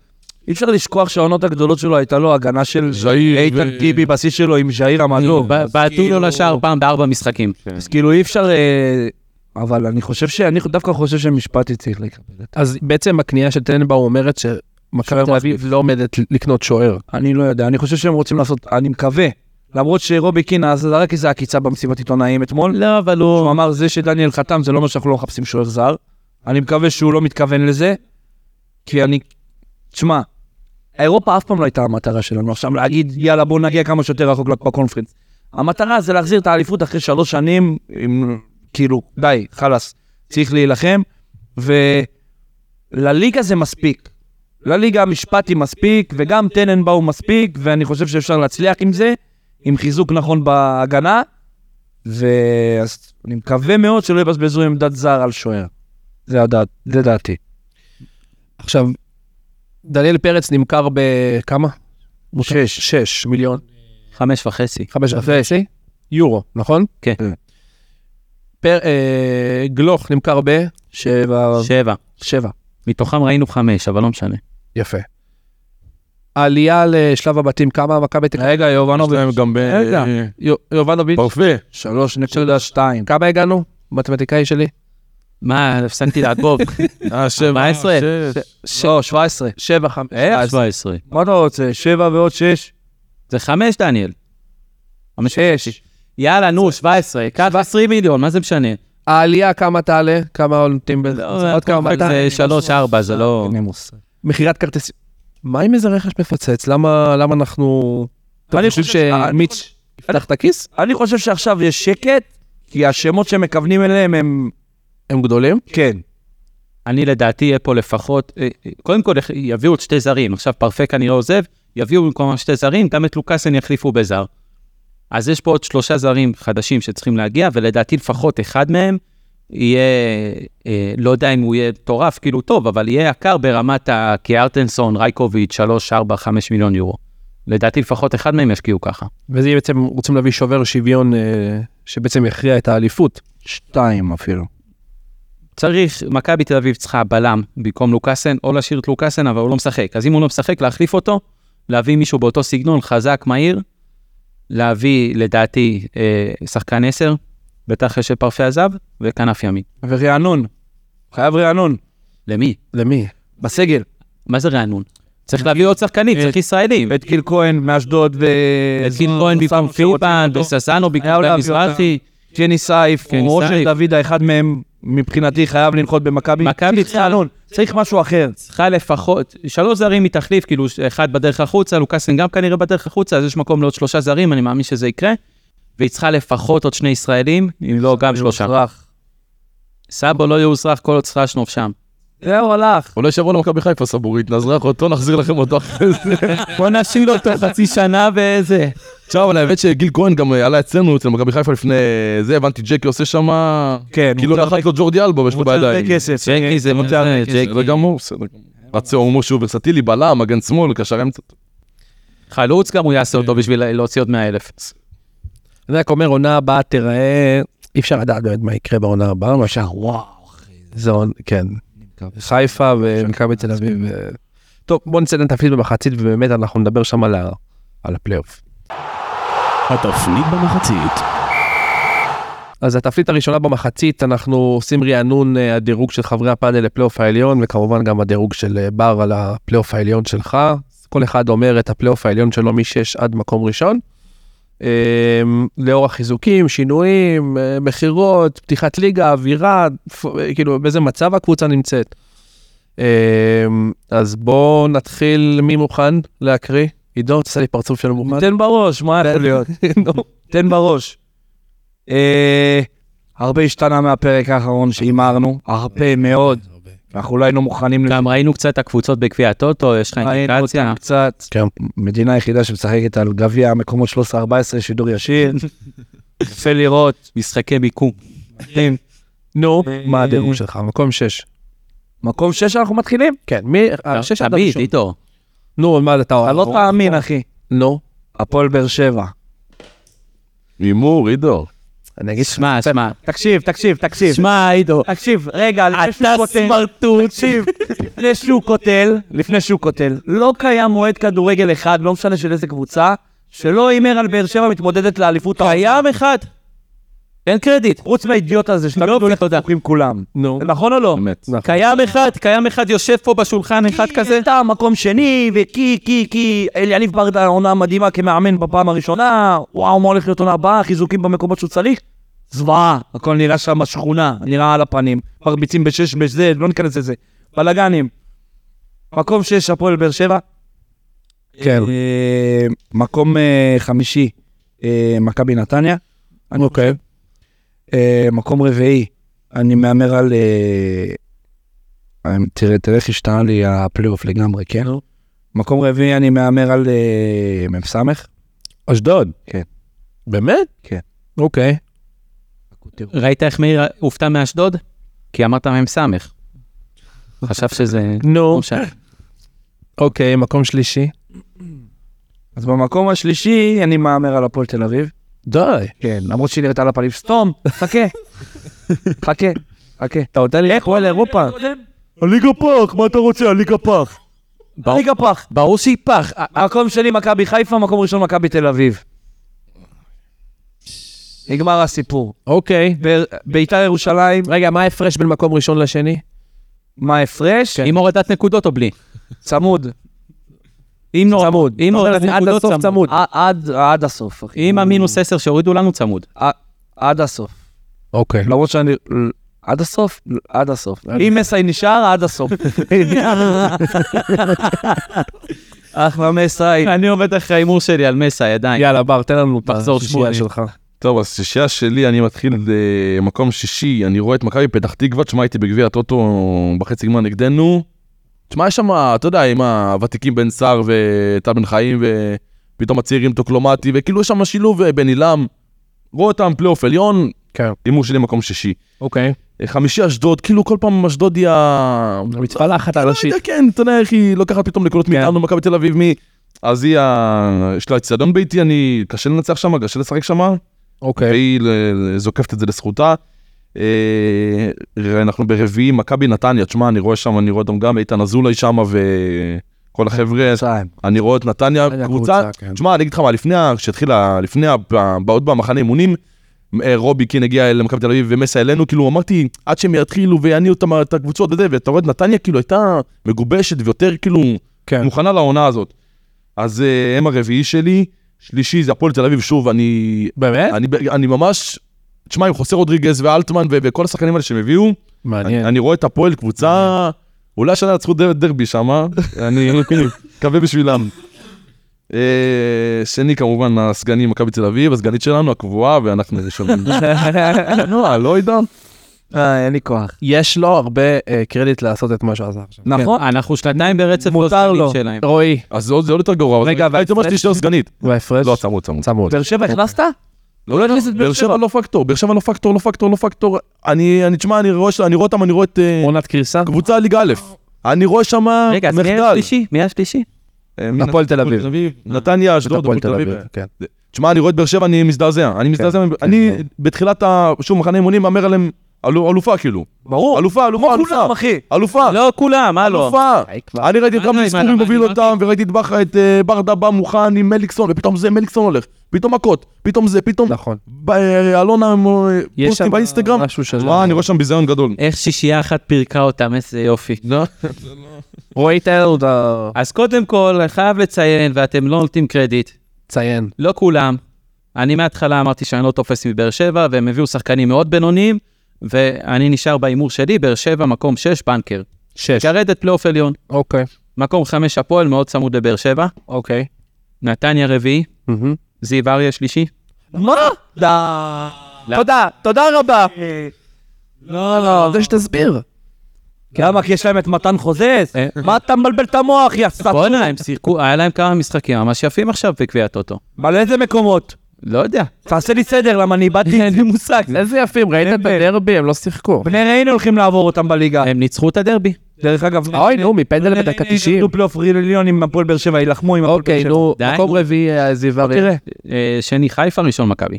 Speaker 3: אי אפשר לשכוח שהעונות הגדולות שלו הייתה לו הגנה של
Speaker 4: ז'איר
Speaker 3: איתן
Speaker 4: ו-
Speaker 3: טיבי בשיא שלו עם ז'איר
Speaker 2: נו,
Speaker 4: לא,
Speaker 3: המנור.
Speaker 2: בעטו
Speaker 4: כאילו-
Speaker 2: לו לשער פעם בארבע משחקים.
Speaker 4: כן.
Speaker 3: אז כאילו אי אפשר... אה, אבל אני חושב ש... אני דווקא חושב שמשפטי צריך לקבל את זה.
Speaker 1: אז בעצם הקנייה של טננבאום אומרת שמכבי תל אביב לא עומדת לקנות שוער.
Speaker 3: אני לא יודע, אני חושב שהם רוצים לעשות... אני מקווה. למרות שרובי קינה אז זרק איזה עקיצה במסיבת עיתונאים אתמול.
Speaker 2: לא, אבל הוא...
Speaker 3: הוא אמר זה שדניאל חתם זה לא אומר שאנחנו לא מחפשים שוער זר. אני מקווה שהוא לא מתכוון לזה, כי אני... תשמע, אירופה אף פעם לא הייתה המטרה שלנו עכשיו להגיד יאללה בוא נגיע כמה שיותר רחוק בקונפרנס. המטרה זה להחזיר את האליפות אחרי שלוש שנים, עם... כאילו די, חלאס, צריך להילחם, ולליגה זה מספיק. לליגה המשפטי מספיק, וגם טננבאום מספיק, ואני חושב שאפשר להצליח עם זה, עם חיזוק נכון בהגנה. ואז אני מקווה מאוד שלא יבזבזו עמדת זר על שוער. זה הדעת, זה דעתי.
Speaker 1: עכשיו, דניאל פרץ נמכר בכמה? שש. שש מיליון.
Speaker 2: חמש וחצי.
Speaker 1: חמש וחצי? יורו, נכון?
Speaker 2: כן.
Speaker 1: פר, אה, גלוך נמכר ב... שבע.
Speaker 2: שבע.
Speaker 1: שבע.
Speaker 2: מתוכם ראינו חמש, אבל לא משנה.
Speaker 1: יפה. העלייה לשלב הבתים, כמה מכבי תל
Speaker 3: רגע,
Speaker 4: יש להם
Speaker 3: יובנוביץ',
Speaker 4: גם ב...
Speaker 3: רגע.
Speaker 1: אביב? יובנוביץ',
Speaker 4: פרפה.
Speaker 3: 3.2.
Speaker 1: כמה הגענו? מתמטיקאי שלי?
Speaker 2: מה, הפסקתי לעקוב.
Speaker 4: אה, שבע.
Speaker 2: 14.
Speaker 4: שש.
Speaker 3: לא, 17.
Speaker 1: שבע, חמש.
Speaker 2: אה, 17.
Speaker 3: מה אתה רוצה? 7 ועוד 6?
Speaker 2: זה חמש, דניאל. חמש וחצי. יאללה, נו, 17. קח 20 מיליון, מה זה משנה?
Speaker 1: העלייה, כמה תעלה? כמה עולים בזה?
Speaker 3: לא,
Speaker 1: עוד כמה
Speaker 2: זה
Speaker 1: מאתיים?
Speaker 2: שלוש, ארבע, זה לא...
Speaker 1: מכירת כרטיסים. מה עם איזה רכש מפוצץ? למה למה אנחנו... אתה חושב
Speaker 3: חושב ש-
Speaker 1: שמיץ' יפתח את הכיס?
Speaker 3: אני חושב שעכשיו יש שקט, כי השמות שמכוונים אליהם הם...
Speaker 1: הם גדולים?
Speaker 3: כן.
Speaker 2: אני לדעתי אהיה פה לפחות, אה, אה, קודם כל איך- יביאו את שתי זרים, עכשיו פרפה כנראה עוזב, יביאו במקומם שתי זרים, גם את לוקאסן יחליפו בזר. אז יש פה עוד שלושה זרים חדשים שצריכים להגיע, ולדעתי לפחות אחד מהם יהיה, אה, לא יודע אם הוא יהיה מטורף, כאילו טוב, אבל יהיה יקר ברמת ה... כארטנסון, רייקוביץ', 3, 4, 5 מיליון יורו. לדעתי לפחות אחד מהם ישקיעו ככה.
Speaker 1: וזה יהיה בעצם, רוצים להביא שובר שוויון אה, שבעצם יכריע את האליפות.
Speaker 3: 2 אפילו.
Speaker 2: צריך, מכבי תל אביב צריכה בלם במקום לוקאסן, או להשאיר את לוקאסן, אבל הוא לא משחק. אז אם הוא לא משחק, להחליף אותו, להביא מישהו באותו סגנון, חזק, מהיר, להביא, לדעתי, אה, שחקן 10, בטח אחרי שפרפה עזב, וכנף ימין.
Speaker 3: ורענון. חייב רענון.
Speaker 2: למי?
Speaker 1: למי?
Speaker 3: בסגל.
Speaker 2: מה זה רענון? צריך להביא עוד שחקנים, צריך ישראלים.
Speaker 3: את גיל כהן מאשדוד ו...
Speaker 2: את גיל כהן במקום פיובן, וססנו
Speaker 3: היה
Speaker 2: במקום
Speaker 3: אולי
Speaker 2: בן
Speaker 3: להביא אותם.
Speaker 2: מזרחי.
Speaker 3: ג'ני סייף,
Speaker 2: ג'ני
Speaker 3: או של
Speaker 2: סייף.
Speaker 3: דוד, האחד מהם מבחינתי חייב לנחות במכבי.
Speaker 2: מכבי
Speaker 3: צריך
Speaker 2: צריכה-
Speaker 3: רענון, צריך משהו אחר.
Speaker 2: צריכה לפחות, שלוש זרים מתחליף, כאילו אחד בדרך החוצה, לוקאסן גם כנראה בדרך החוצה, אז יש מקום לעוד שלושה זרים, אני מאמין שזה יקרה. והיא צריכה לפחות עוד שני ישראלים, אם לא גם שלושה.
Speaker 3: מזרח.
Speaker 2: סבו לא יאוסרח כל עוד סרשנוב שם.
Speaker 3: זהו, הלך.
Speaker 4: אולי שיבוא למכבי חיפה סבורית, נזרח אותו, נחזיר לכם אותו אחרי זה.
Speaker 2: בוא נשאיר לו אותו חצי שנה וזה.
Speaker 4: עכשיו, אבל האמת שגיל כהן גם אה, עלה אצלנו, אצל מכבי חיפה לפני אה, זה, הבנתי ג'קי עושה שם...
Speaker 3: כן,
Speaker 4: כאילו
Speaker 3: הוא
Speaker 4: נחת לו ג'ורדי אלבוב, יש לו
Speaker 3: רוצה הרבה
Speaker 4: בידיים.
Speaker 3: כסף. כן.
Speaker 2: ג'קי זה מוצר, ג'קי.
Speaker 4: בסדר גמור, בסדר גמור. רצה הוא אומר שהוא ורסטילי, בלם, מגן שמאל, קשר אמצע.
Speaker 2: חלוץ גם הוא יעשה אותו בשביל להוציא עוד 100 אלף.
Speaker 1: אני רק אומר, עונה הבאה תיראה, אי אפשר לדעת באמת מה יקרה בעונה הבאה, מה אפשר, וואו, אחי. זה עונה, כן. חיפה ומכבי תל אביב. אה, טוב, בוא נצא לתפקיד במחצית, ובאמת אנחנו נדבר שם על ה- על הפלייאוף.
Speaker 5: התפנית במחצית.
Speaker 1: אז התפלית הראשונה במחצית, אנחנו עושים רענון אה, הדירוג של חברי הפאנל לפלייאוף העליון, וכמובן גם הדירוג של אה, בר על הפלייאוף העליון שלך. כל אחד אומר את הפלייאוף העליון שלו משש עד מקום ראשון. אה, לאור החיזוקים, שינויים, אה, מכירות, פתיחת ליגה, אווירה, פ- אה, כאילו באיזה מצב הקבוצה נמצאת. אה, אז בואו נתחיל, מי מוכן להקריא? עידו, תעשה לי פרצוף של מוכן.
Speaker 3: תן בראש, מה יכול להיות?
Speaker 1: נו.
Speaker 3: תן בראש. אה, הרבה השתנה מהפרק האחרון שהימרנו, הרבה מאוד. אנחנו לא היינו מוכנים
Speaker 2: גם ראינו קצת הקבוצות בגביע הטוטו, יש לך
Speaker 3: ראינו
Speaker 2: אינדיקציה.
Speaker 3: אותם קצת.
Speaker 1: כן.
Speaker 3: מדינה היחידה שמשחקת על גביע מקומות 13-14, שידור ישיר. יפה לראות.
Speaker 2: משחקי מיקום.
Speaker 1: נו, מה הדירוג שלך? מקום שש.
Speaker 3: מקום 6 אנחנו מתחילים? אה,
Speaker 1: כן, מי... השש עד
Speaker 2: תמיד,
Speaker 1: הראשון.
Speaker 2: איתו.
Speaker 1: נו, מה אתה...
Speaker 3: אתה לא
Speaker 1: אתה-
Speaker 3: תאמין, אחי.
Speaker 1: נו.
Speaker 3: הפועל באר שבע.
Speaker 4: הימור, עידו.
Speaker 1: אני אגיד
Speaker 2: שמע, שמע,
Speaker 3: תקשיב, תקשיב, תקשיב.
Speaker 2: שמע, עידו.
Speaker 3: תקשיב, רגע, לפני שהוא
Speaker 2: אתה
Speaker 3: קוטל,
Speaker 2: סמרטוט.
Speaker 3: תקשיב, לפני שהוא קוטל, לפני שהוא קוטל, לא קיים אוהד כדורגל אחד, לא משנה של איזה קבוצה, שלא הימר על באר שבע מתמודדת לאליפות העולם.
Speaker 2: קיים אחד. תן קרדיט.
Speaker 3: חוץ מהאידיוט הזה שאתה
Speaker 2: יופי,
Speaker 3: הולך
Speaker 2: תודה.
Speaker 3: לא, עם כולם.
Speaker 1: נו.
Speaker 3: זה נכון או לא?
Speaker 4: אמת.
Speaker 2: קיים אחד, קיים אחד יושב פה בשולחן אחד כזה.
Speaker 3: אתה מקום שני, וכי, כי, כי, אלי יניב ברדה עונה מדהימה כמאמן בפעם הראשונה, וואו, מה הולך להיות עונה הבאה, חיזוקים במקומות שהוא צריך. זוועה, הכל נראה שם שכונה, נראה על הפנים. מרביצים בשש בזה, לא ניכנס לזה. בלאגנים. מקום שש, הפועל באר שבע.
Speaker 1: כן.
Speaker 3: אה, מקום אה, חמישי, אה, מכבי נתניה. אני
Speaker 1: אוקיי.
Speaker 3: אה, מקום רביעי, אני מהמר על... אה, אה, תראה, תראה איך השתנה לי הפלייאוף לגמרי, כן? מקום רביעי, אני מהמר על אה, מ"ס.
Speaker 1: אשדוד.
Speaker 3: כן.
Speaker 1: באמת?
Speaker 3: כן.
Speaker 1: אוקיי.
Speaker 2: ראית איך מאיר הופתע מאשדוד? כי אמרת מ"ס. חשב שזה...
Speaker 1: נו.
Speaker 2: לא משנה.
Speaker 1: אוקיי, מקום שלישי.
Speaker 3: אז במקום השלישי, אני מהמר על הפועל תל אביב.
Speaker 1: די.
Speaker 3: כן, למרות שהיא נראית על הפנים, סתום, חכה. חכה, חכה. אתה נותן לי איך הוא על אירופה? הליגה פח, מה אתה רוצה? הליגה פח.
Speaker 2: ברור-
Speaker 3: הליגה פח.
Speaker 2: ברור שהיא פח. אה,
Speaker 3: מקום שני, מכבי חיפה, מקום ראשון, מכבי תל אביב. נגמר הסיפור.
Speaker 1: אוקיי.
Speaker 3: באר- ביתר ירושלים,
Speaker 1: רגע, מה ההפרש בין מקום ראשון לשני?
Speaker 3: מה ההפרש?
Speaker 2: עם הורדת נקודות או בלי?
Speaker 3: צמוד.
Speaker 2: עם
Speaker 3: לא-
Speaker 2: נור- עם הורדת
Speaker 1: עד
Speaker 2: נקודות
Speaker 1: הסוף צמוד.
Speaker 3: ע- אה, עד עד הסוף, אחי.
Speaker 2: עם המינוס 10 שהורידו לנו צמוד.
Speaker 3: ע- עד הסוף.
Speaker 1: אוקיי.
Speaker 3: למרות שאני... עד הסוף? עד הסוף. אם מסי נשאר, עד הסוף. אחלה מסי.
Speaker 2: אני עומד אחרי ההימור שלי על מסע, ידיים.
Speaker 1: יאללה, בר, תן לנו את
Speaker 2: מחזור
Speaker 1: השישייה
Speaker 2: שמונה.
Speaker 1: שלך.
Speaker 4: טוב, אז שישייה שלי, אני מתחיל במקום שישי, אני רואה את מכבי פתח תקווה, תשמע, הייתי בגביע הטוטו בחצי גמר נגדנו. תשמע, יש שם, אתה יודע, עם הוותיקים בן סער וטל בן חיים, ופתאום הצעירים טוקלומטי, וכאילו יש שם שילוב אה, בן עילם. רואה אותם פלייאוף עליון,
Speaker 1: כן.
Speaker 4: הימור שלי מקום שישי.
Speaker 1: אוקיי.
Speaker 4: אה, חמישי אשדוד, כאילו כל פעם אשדוד היא ה...
Speaker 1: מתפלחת
Speaker 4: לא יודע, כן, אתה יודע איך היא לוקחת פתאום נקודות מאיתנו, מכבי תל אביב, מי... אז היא, ה- יש לה אצטדיון ביתי, אני... קשה לנצח שם, קשה לשחק שם.
Speaker 1: אוקיי.
Speaker 4: והיא ל- זוקפת את זה לזכותה. אה, אנחנו ברביעי, מכבי נתניה, תשמע, אני רואה שם, אני רואה אותם גם, איתן אזולאי שם וכל החבר'ה, אני רואה את נתניה,
Speaker 1: נתניה
Speaker 4: קבוצה,
Speaker 1: קבוצה, כן.
Speaker 4: תשמע, אני אגיד לך מה, לפני, ה- כשהתחילה, לפני הבעות במחנה אימונים, אה, רובי קין הגיע למכבי תל אביב ומסה אלינו, כאילו אמרתי, עד שהם יתחילו ויעניעו את המ- את הקבוצות וזה, ואתה רואה את נתניה כאילו הייתה מגובשת ויותר כאילו
Speaker 1: כן.
Speaker 4: מוכנה לעונה הזאת. אז אה, הם הרביעי שלי, שלישי זה הפועל תל אביב, שוב, אני
Speaker 1: באמת?
Speaker 4: אני, אני ממש, תשמע, עם חוסר רודריגז ואלטמן ו- וכל השחקנים האלה שהם הביאו,
Speaker 1: מעניין.
Speaker 4: אני, אני רואה את הפועל קבוצה, אולי השנה יצרו דר, דרבי שמה, אני מקווה בשבילם. אה, שני כמובן הסגנים מכבי תל אביב, הסגנית שלנו הקבועה ואנחנו ראשונים. לא, לא יודע.
Speaker 3: אה, אין לי כוח.
Speaker 1: יש לו הרבה אה, קרדיט לעשות את מה שעשה עכשיו.
Speaker 3: נכון?
Speaker 2: אנחנו שנתיים ברצף לא
Speaker 3: מותר
Speaker 2: סגנית
Speaker 3: לו.
Speaker 2: שלהם.
Speaker 1: רועי.
Speaker 4: אז זה עוד זה עוד יותר גרוע.
Speaker 1: רגע,
Speaker 4: אבל הייתי אומר שתשאר סגנית.
Speaker 1: וההפרש?
Speaker 4: לא, צמוד, צמוד.
Speaker 1: צמוד.
Speaker 3: באר שבע הכנסת?
Speaker 4: לא, לא, באר שבע לא פקטור, באר שבע לא פקטור, לא פקטור, לא פקטור. אני, אני, תשמע, אני רואה ש- אני רואה אותם, אני רואה את אה,
Speaker 1: עונת קריסה?
Speaker 4: קבוצה ליגה א'. אני רואה שם מחדל.
Speaker 2: רגע, אז מי היה השלישי? מי היה השלישי?
Speaker 4: אה, מי
Speaker 1: הפועל
Speaker 4: נתן- לא,
Speaker 1: תל אביב.
Speaker 4: נתניה, אשדוד,
Speaker 1: הפועל תל אביב. כן.
Speaker 4: תשמע, אני רואה את באר שבע, אני מזדעזע. אני מזדעזע, אני
Speaker 1: כן.
Speaker 4: בתחילת ה... שוב, מחנה אימונים, מהמר עליהם אלו- אלופה כאילו.
Speaker 3: ברור.
Speaker 4: אלופה, אלופה, אלופה.
Speaker 3: כולם, אחי.
Speaker 4: אלופה,
Speaker 2: לא כולם, הלו.
Speaker 4: אלופה.
Speaker 1: די כבר.
Speaker 4: אני ראיתי את
Speaker 2: מה
Speaker 4: רמי
Speaker 2: זה, מה,
Speaker 4: ספורי
Speaker 2: מה,
Speaker 4: מוביל
Speaker 2: אני
Speaker 4: אותם, וראיתי את בכר, את אה, ברדה בא מוכן עם מליקסון, ופתאום זה מליקסון הולך. פתאום מכות, פתאום זה, פתאום...
Speaker 1: נכון.
Speaker 4: ב- אה, אלונה, אה,
Speaker 1: יש
Speaker 4: פוסטים
Speaker 1: שם
Speaker 4: באינסטגרם.
Speaker 1: משהו שלא-
Speaker 4: מה, אני רואה שם ביזיון גדול.
Speaker 2: איך שישייה אחת פירקה אותם, איזה יופי.
Speaker 1: רועי תן לנו את ה...
Speaker 2: לא. אז קודם כל, אני חייב לציין, ואתם לא נותנים קרדיט,
Speaker 1: ציין.
Speaker 2: לא כולם. אני מההתחלה אמרתי שאני לא תופס מבאר שבע, והם הביאו שחקנים מאוד בינוניים, ואני נשאר בהימור שלי, באר שבע מקום 6, בנקר.
Speaker 1: שש.
Speaker 2: גרדת פלייאוף עליון,
Speaker 1: אוקיי.
Speaker 2: מקום 5 הפועל, מאוד צמוד לבאר שבע,
Speaker 1: אוקיי.
Speaker 2: נתניה רביעי, זיו אריה שלישי.
Speaker 1: מה?
Speaker 3: לא.
Speaker 1: תודה, תודה רבה. לא, לא. זה שתסביר.
Speaker 2: כן.
Speaker 3: למה? כי יש להם את מתן חוזז? מה אתה מבלבל את המוח, יא סף?
Speaker 2: אה. בואנה, הם שיחקו, היה להם כמה משחקים ממש יפים עכשיו בקביעת טוטו.
Speaker 3: על איזה מקומות?
Speaker 2: לא יודע.
Speaker 3: תעשה לי סדר, למה אני איבדתי אין לי מושג.
Speaker 1: איזה יפים, ראית את הדרבי, הם לא שיחקו.
Speaker 3: בני ריינה הולכים לעבור אותם בליגה.
Speaker 2: הם ניצחו את הדרבי.
Speaker 3: דרך אגב,
Speaker 1: אוי, נו, מפנדל בדקה 90.
Speaker 3: דופלוף ריליון עם הפועל באר שבע, יילחמו עם הפועל באר
Speaker 1: אוקיי,
Speaker 3: שבע.
Speaker 1: נו,
Speaker 2: די.
Speaker 1: מקום רביעי אה, זיו אריה.
Speaker 3: תראה,
Speaker 2: אה, שני חיפה, ראשון מכבי.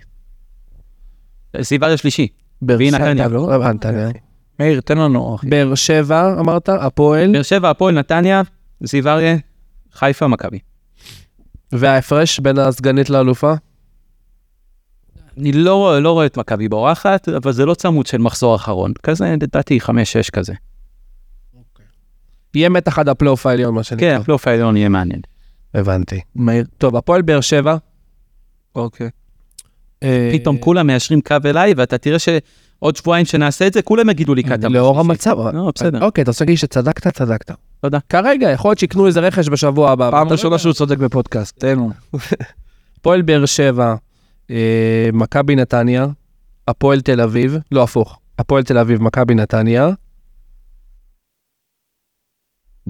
Speaker 2: זיו אריה שלישי.
Speaker 1: באר
Speaker 2: והיא
Speaker 1: שבע,
Speaker 2: נתניה.
Speaker 1: לא? אה,
Speaker 2: אוקיי.
Speaker 1: נתניה.
Speaker 3: מאיר, תן לנו. אחי.
Speaker 1: באר שבע, אמרת, הפועל,
Speaker 2: באר שבע, הפועל, נתניה, זיו אריה, חיפה, מכבי.
Speaker 1: וההפרש בין הסגנית לאלופה?
Speaker 2: אני לא, רואה- לא רואה את מכבי בורחת, אבל זה לא צמוד של מחזור אחרון. כזה, לדעתי, 5-6 כזה.
Speaker 1: יהיה מתח עד הפלייאוף העליון, מה שנקרא.
Speaker 2: כן, הפלייאוף העליון יהיה מעניין.
Speaker 1: הבנתי.
Speaker 3: מאיר.
Speaker 1: טוב, הפועל באר שבע.
Speaker 3: אוקיי.
Speaker 1: אה,
Speaker 2: פתאום כולם מיישרים קו אליי, ואתה תראה שעוד שבועיים שנעשה את זה, כולם יגידו לי כתב.
Speaker 1: לאור המצב.
Speaker 2: לא, בסדר.
Speaker 1: אוקיי, אתה רוצה להגיד שצדקת, צדקת.
Speaker 2: תודה.
Speaker 1: כרגע, יכול להיות שיקנו איזה רכש בשבוע הבא.
Speaker 3: פעם
Speaker 1: אבל-
Speaker 3: ראשונה שהוא צודק בפודקאסט, תן לו.
Speaker 1: הפועל באר שבע, אה, מכבי נתניה, הפועל תל אביב, לא הפוך, הפועל תל אביב, מכבי נתניה.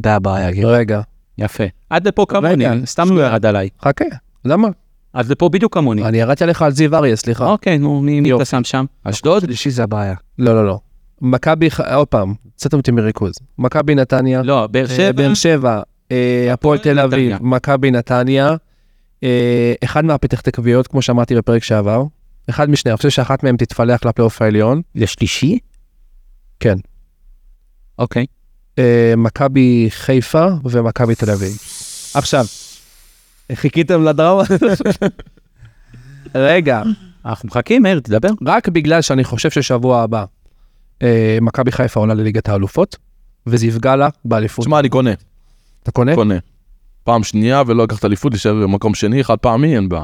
Speaker 3: זה הבעיה, גיל.
Speaker 1: רגע,
Speaker 2: יפה. עד לפה כמוני,
Speaker 1: רגע,
Speaker 2: סתם לא ירד עליי.
Speaker 1: חכה, למה?
Speaker 2: עד לפה בדיוק כמוני.
Speaker 1: אני ירדתי עליך על זיו אריה, סליחה.
Speaker 2: אוקיי, נו, מי מי
Speaker 1: אה, יופי.
Speaker 2: אתה שם שם? אשדוד?
Speaker 3: שלישי זה הבעיה.
Speaker 1: לא, לא, לא. מכבי, ח- עוד פעם, קצת אותי מריכוז. מכבי נתניה,
Speaker 2: לא, באר
Speaker 1: אה,
Speaker 2: שבע.
Speaker 1: באר שבע, אה, הפועל תל אביב,
Speaker 2: נתניה.
Speaker 1: מכבי נתניה. אה, אחד מהפתח תקוויות, כמו שאמרתי בפרק שעבר. אחד משני, אני חושב שאחת מהם תתפלח לפלייאוף העליון.
Speaker 2: לשלישי?
Speaker 1: כן.
Speaker 2: אוקיי.
Speaker 1: אה, מכבי חיפה ומכבי תל אביב. עכשיו, חיכיתם לדרמה? רגע,
Speaker 2: אנחנו מחכים, מאיר, תדבר.
Speaker 1: רק בגלל שאני חושב ששבוע הבא אה, מכבי חיפה עולה לליגת האלופות, וזה יפגע לה באליפות.
Speaker 4: תשמע, אני קונה,
Speaker 1: אתה קונה?
Speaker 4: קונה. פעם שנייה ולא לקחת אליפות, להישאר במקום שני, חד פעמי, אין בעיה.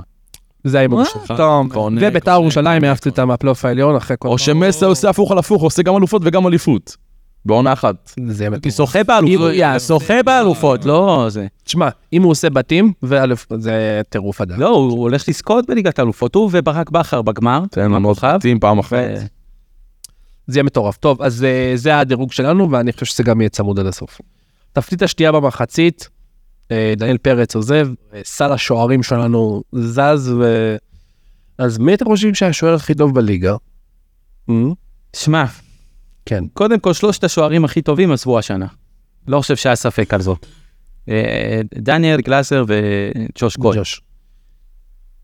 Speaker 1: זה ההימור שלך.
Speaker 3: טוב.
Speaker 4: קונה,
Speaker 1: וביתר
Speaker 4: קונה,
Speaker 1: ירושלים
Speaker 4: קונה,
Speaker 1: העפת
Speaker 4: קונה.
Speaker 1: אותה מהפלייאוף העליון אחרי כל...
Speaker 4: או שמסר עושה הפוך על הפוך, עושה גם אלופות וגם אליפות. בעונה אחת.
Speaker 1: אוקיי. זה יהיה מטורף.
Speaker 2: זוכה באלופות.
Speaker 1: יהיה,
Speaker 2: זוכה באלופות, לא זה.
Speaker 1: תשמע, אם הוא עושה בתים, ואלף, זה טירוף עדיין.
Speaker 2: לא, הוא הולך לזכות בליגת האלופות, הוא וברק בכר בגמר. אה,
Speaker 4: תן לנו עוד
Speaker 2: הכוכב.
Speaker 4: חצים פעם אחת. אה.
Speaker 2: ו-
Speaker 1: זה יהיה מטורף. טוב, אז אה, זה הדירוג שלנו, ואני חושב שזה גם יהיה צמוד עד הסוף. תפתית השתייה במחצית, אה, דניאל פרץ עוזב, אה, סל השוערים שלנו זז, ו... אז מי אתם חושבים שהשוער הכי טוב בליגה?
Speaker 2: שמע,
Speaker 1: כן.
Speaker 2: קודם כל שלושת השוערים הכי טובים עזבו השנה. לא חושב שהיה ספק על זאת. אה, דניאל גלאזר וג'וש גוי.
Speaker 1: ג'וש.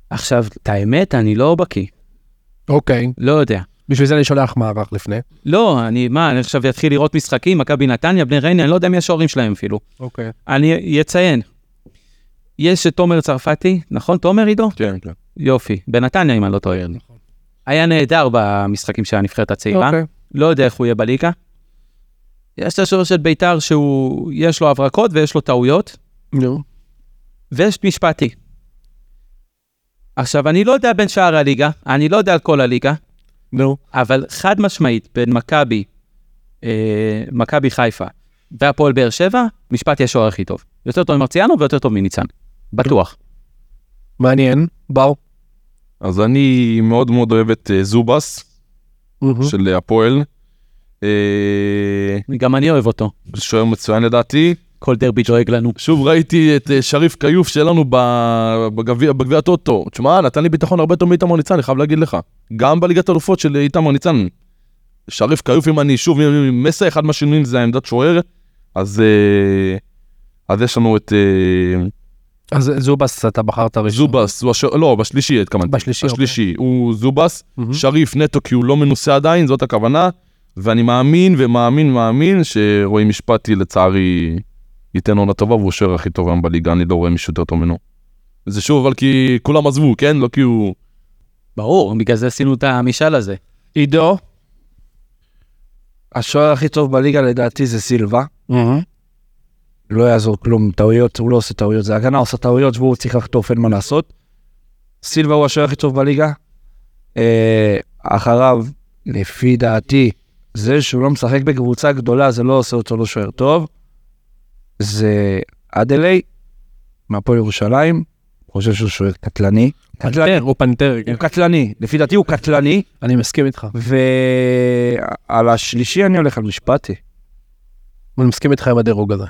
Speaker 2: עכשיו, את האמת, אני לא בקיא,
Speaker 1: אוקיי.
Speaker 2: לא יודע.
Speaker 1: בשביל זה אני שולח מערך לפני.
Speaker 2: לא, אני, מה, אני עכשיו אתחיל לראות משחקים, מכבי נתניה, בני ריינה, אני לא יודע מי השוערים שלהם אפילו.
Speaker 1: אוקיי.
Speaker 2: אני אציין, יש את תומר צרפתי, נכון? תומר עידו?
Speaker 4: כן, כן.
Speaker 2: יופי, בנתניה אם אני לא טועה. היה נהדר במשחקים של הנבחרת הצעירה.
Speaker 1: אוקיי.
Speaker 2: לא יודע איך הוא יהיה בליגה. יש את השוער של ביתר שהוא, יש לו הברקות ויש לו טעויות,
Speaker 1: נו.
Speaker 2: ויש את משפטי. עכשיו, אני לא יודע בין שאר הליגה, אני לא יודע על כל הליגה,
Speaker 1: נו.
Speaker 2: אבל חד משמעית, בין מכבי, אה, מכבי חיפה והפועל באר שבע, משפטי השוער הכי טוב. יותר טוב ממרציאנו ויותר טוב מניצן. בטוח.
Speaker 1: מעניין. באו.
Speaker 4: אז אני מאוד מאוד אוהב את אה, זובס של אה, הפועל. אה,
Speaker 2: גם אני אוהב אותו.
Speaker 4: שוער מצוין לדעתי.
Speaker 2: כל דרבי דואג לנו.
Speaker 4: שוב ראיתי את אה, שריף כיוף שלנו ב- בגביע בגביע הטוטו. תשמע, נתן לי ביטחון הרבה יותר מאיתמר ניצן, אני חייב להגיד לך. גם בליגת אלופות של אה, איתמר ניצן. שריף כיוף, אם אני שוב, אם- אם מסע אחד מהשינויים זה העמדת שוער, אז אה, אז יש לנו את אה,
Speaker 1: אז זובס אתה בחרת ראשון.
Speaker 4: זובס, הוא השוער- לא, בשלישי התכוונתי.
Speaker 1: בשלישי, אוקיי.
Speaker 4: השלישי, הוא זובס,
Speaker 1: מהמם.
Speaker 4: שריף נטו כי הוא לא מנוסה עדיין, זאת הכוונה. ואני מאמין ומאמין מאמין שרועי משפטי לצערי ייתן עונה טובה והוא השוער הכי טוב היום בליגה, אני לא רואה מישהו יותר טוב ממנו. זה שוב, אבל כי כולם עזבו, כן? לא כי הוא...
Speaker 2: ברור, בגלל זה עשינו את המשאל הזה.
Speaker 3: עידו, השוער הכי טוב בליגה לדעתי זה סילבה. לא יעזור כלום, טעויות, הוא לא עושה טעויות, זה הגנה עושה טעויות, והוא צריך לחטוף, אין מה לעשות. סילבה הוא השוער הכי טוב בליגה. אה, אחריו, לפי דעתי, זה שהוא לא משחק בקבוצה גדולה, זה לא עושה אותו לא שוער טוב. זה אדלי, מהפועל ירושלים, אני חושב שהוא שוער קטלני. קטלני.
Speaker 1: הוא פנתר,
Speaker 3: הוא קטלני, לפי דעתי הוא קטלני.
Speaker 1: אני מסכים איתך.
Speaker 3: ועל השלישי אני הולך על משפטי.
Speaker 1: אני מסכים איתך עם הדירוג הזה.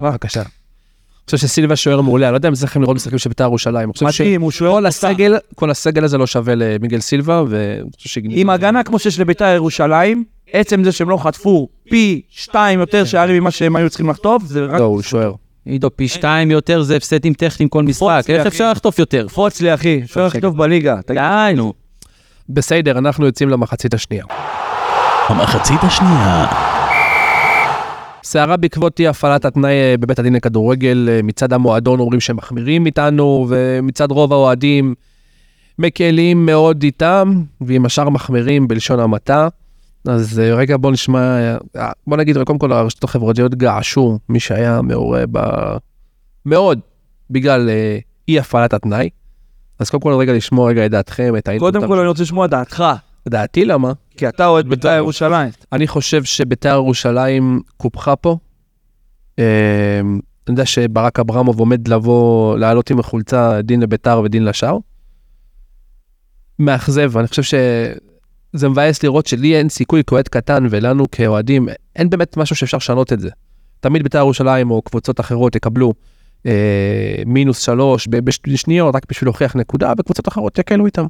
Speaker 1: בבקשה. אני חושב שסילבה שוער מעולה, אני לא יודע אם זה לכם לראות משחקים של בית"ר ירושלים. אני חושב
Speaker 3: מדהים, הוא שוער
Speaker 1: שכל
Speaker 3: קבוצה.
Speaker 1: הסגל, כל הסגל הזה לא שווה למיגל סילבה, ואני חושב שהגניב.
Speaker 3: עם הגנה כמו שיש לביתר ירושלים, עצם זה שהם לא חטפו פי שתיים יותר שערים ממה שהם היו צריכים לחטוף, זה רק...
Speaker 1: לא, הוא שוער.
Speaker 2: עידו, פי שתיים יותר זה הפסדים טכניים כל משחק,
Speaker 3: לי,
Speaker 2: איך
Speaker 3: כן. אחי.
Speaker 2: אפשר לחטוף יותר?
Speaker 3: קפוץ לי אחי, שוער הכי טוב בליגה. תגיד,
Speaker 2: די, נו.
Speaker 1: בסדר, אנחנו יוצאים למחצית השנייה.
Speaker 5: המחצית השנייה.
Speaker 1: סערה בעקבות אי הפעלת התנאי אה, בבית הדין לכדורגל, אה, מצד המועדון אומרים שהם מחמירים איתנו, ומצד רוב האוהדים מקלים מאוד איתם, ועם השאר מחמירים בלשון המעטה. אז אה, רגע בוא נשמע, אה, בוא נגיד קודם כל הרשתות החברתיות געשו, מי שהיה מעורה ב... מאוד, בגלל אה, אי הפעלת התנאי. אז קודם כל רגע לשמוע רגע את דעתכם, את האינפוט.
Speaker 3: קודם כל אני רוצה לשמוע דעתך,
Speaker 1: דעתי למה?
Speaker 3: כי אתה אוהד ביתר ירושלים.
Speaker 1: אני חושב שביתר ירושלים קופחה פה. אה, אני יודע שברק אברמוב עומד לבוא, לעלות עם החולצה דין לביתר ודין לשאר. מאכזב, אני חושב שזה מבאס לראות שלי אין סיכוי כאוהד קטן ולנו כאוהדים, אין באמת משהו שאפשר לשנות את זה. תמיד ביתר ירושלים או קבוצות אחרות יקבלו אה, מינוס שלוש ב- בש- בשניות רק בשביל להוכיח נקודה, וקבוצות אחרות יקלו איתם.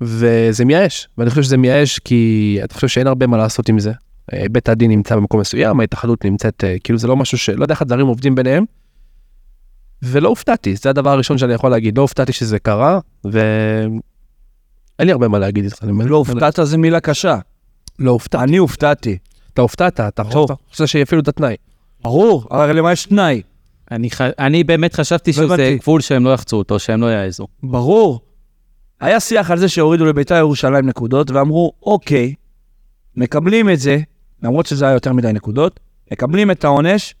Speaker 1: וזה מייאש, ואני חושב שזה מייאש כי אתה חושב שאין הרבה מה לעשות עם זה. אה, בית הדין נמצא במקום מסוים, ההתאחדות נמצאת, אה, כאילו זה לא משהו ש... לא יודע איך הדברים עובדים ביניהם. ולא הופתעתי, זה הדבר הראשון שאני יכול להגיד, לא הופתעתי שזה קרה, ו... אין לי הרבה מה להגיד איתך, אני אומר.
Speaker 3: לא הופתעת זה מילה קשה.
Speaker 1: לא הופתע.
Speaker 3: אני הופתעתי.
Speaker 1: אתה הופתעת, אתה
Speaker 3: ברור.
Speaker 1: חשבת- חשבת שיפעילו את התנאי.
Speaker 3: ברור, אבל למה יש תנאי?
Speaker 2: אני ח- אני באמת חשבתי שזה
Speaker 3: הבנתי.
Speaker 2: גבול שהם לא יחצו אותו, שהם לא יעזו.
Speaker 3: ברור. היה שיח על זה שהורידו לביתר ירושלים נקודות, ואמרו, אוקיי, מקבלים את זה, למרות שזה היה יותר מדי נקודות, מקבלים את העונש,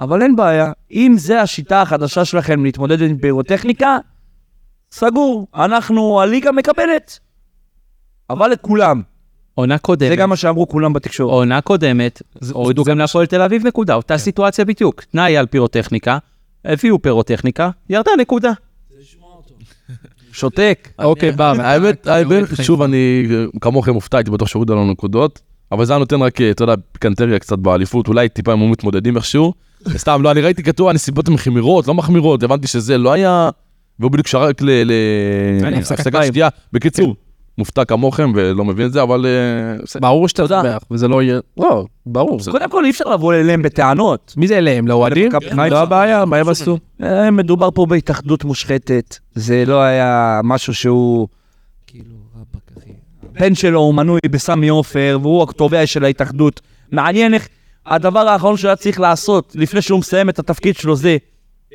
Speaker 3: אבל אין בעיה, אם זה השיטה החדשה שלכם להתמודד עם פירוטכניקה, סגור, אנחנו, הליגה מקבלת. אבל את כולם,
Speaker 2: עונה
Speaker 3: זה
Speaker 2: קודמת,
Speaker 3: גם מה שאמרו כולם בתקשורת.
Speaker 2: עונה קודמת, הורידו גם להפועל תל אביב נקודה,
Speaker 3: כן.
Speaker 2: אותה סיטואציה בדיוק. תנאי על פירוטכניקה, הביאו פירוטכניקה, ירדה נקודה.
Speaker 3: שותק.
Speaker 1: אוקיי, בר,
Speaker 4: האמת, האמת, שוב, אני אה, כמוכם הופתע, הייתי בטוח שהורידו לנו נקודות, אבל זה היה נותן רק, אה, אתה יודע, פיקנטריה קצת באליפות, אולי טיפה הם היו מתמודדים איכשהו. סתם, לא, אני ראיתי כתוב, הנסיבות הן מחמירות, לא מחמירות, הבנתי שזה לא היה... והוא בדיוק שרק ל- ל-
Speaker 2: כן, הפסקת
Speaker 4: להפסקת
Speaker 2: מים.
Speaker 4: שתייה. בקיצור, מופתע כמוכם ולא מבין את זה, אבל... אה, בסדר.
Speaker 1: ברור שאתה שמח, וזה לא יהיה... לא, ברור.
Speaker 3: קודם כל, אי אפשר לבוא אליהם בטענות.
Speaker 1: מי זה אליהם? לאוהדים?
Speaker 3: למכבי חיפה.
Speaker 1: לא הבעיה, מה הם עשו?
Speaker 3: אה, מדובר פה בהתאחדות מושחתת, זה לא היה משהו שהוא... כאילו, הבן שלו הוא מנוי בסמי עופר, והוא הכתובע של ההתאחדות. מעניין איך הדבר האחרון שהוא היה צריך לעשות לפני שהוא מסיים את התפקיד שלו זה...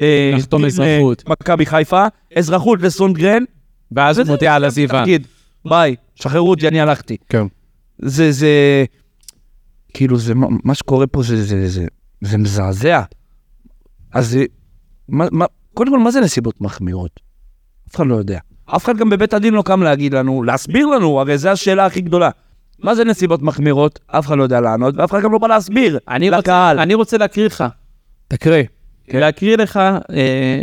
Speaker 3: אה,
Speaker 2: לחתום
Speaker 3: אה,
Speaker 2: אזרחות.
Speaker 3: מכבי חיפה, אזרחות לסונגרן,
Speaker 2: ואז הוא מודיע על עזיבה.
Speaker 3: תגיד, ביי, שחררו אותי, אני הלכתי.
Speaker 1: כן.
Speaker 3: זה, זה, כאילו, זה, מה- מה שקורה פה זה, זה, זה, זה מזעזע. אז זה, מה, מה, קודם כל, מה זה נסיבות מחמירות? אף אחד לא יודע. אף אחד גם בבית הדין לא קם להגיד לנו, להסביר לנו, הרי זו השאלה הכי גדולה. מה זה נסיבות מחמירות? אף אחד לא יודע לענות, ואף אחד גם לא בא להסביר.
Speaker 2: אני רוצה-
Speaker 3: לקהל.
Speaker 2: אני רוצה להקריא לך,
Speaker 1: תקריא.
Speaker 2: להקריא לך אה,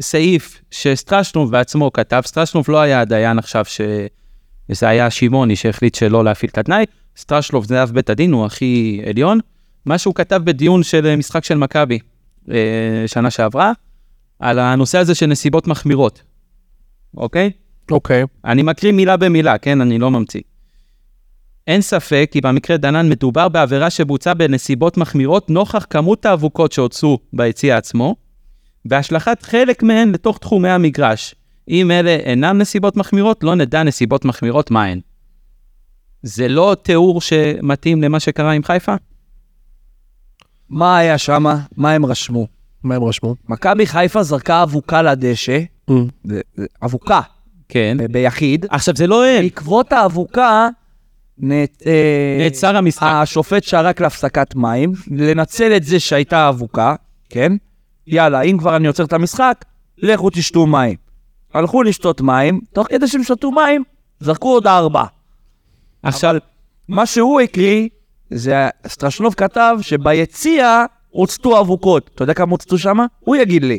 Speaker 2: סעיף שסטרשנוב בעצמו כתב, סטרשנוב לא היה הדיין עכשיו, ש- זה היה שמעוני שהחליט שלא להפעיל את התנאי, סטרשנוב זה אב בית הדין, הוא הכי עליון. מה שהוא כתב בדיון של אה, משחק של מכבי אה, שנה שעברה, על הנושא הזה של נסיבות מחמירות, אוקיי?
Speaker 1: אוקיי.
Speaker 2: אני מקריא מילה במילה, כן? אני לא ממציא. אין ספק כי במקרה דנן מדובר בעבירה שבוצעה בנסיבות מחמירות נוכח כמות האבוקות שהוצאו ביציע עצמו, והשלכת חלק מהן לתוך תחומי המגרש. אם אלה אינן נסיבות מחמירות, לא נדע נסיבות מחמירות מהן. זה לא תיאור שמתאים למה שקרה עם חיפה?
Speaker 3: מה היה שמה? מה הם רשמו?
Speaker 1: מה הם רשמו?
Speaker 3: מכבי חיפה זרקה אבוקה לדשא,
Speaker 1: Mm.
Speaker 2: אה.
Speaker 3: זה- זה- אבוקה,
Speaker 2: כן.
Speaker 3: ב- ביחיד.
Speaker 2: עכשיו, זה לא הם.
Speaker 3: בעקבות האבוקה, נעצ- אה,
Speaker 2: נעצר המשחק.
Speaker 3: השופט שרק להפסקת מים, לנצל את זה שהייתה אבוקה, כן? יאללה, אם כבר אני עוצר את המשחק, לכו תשתו מים. הלכו לשתות מים, תוך כדי שהם שתו מים, זרקו עוד ארבע.
Speaker 2: עכשיו,
Speaker 3: מה שהוא הקריא, זה סטרשנוב כתב שביציע הוצתו אבוקות. אתה יודע כמה הוצתו שם? הוא יגיד לי.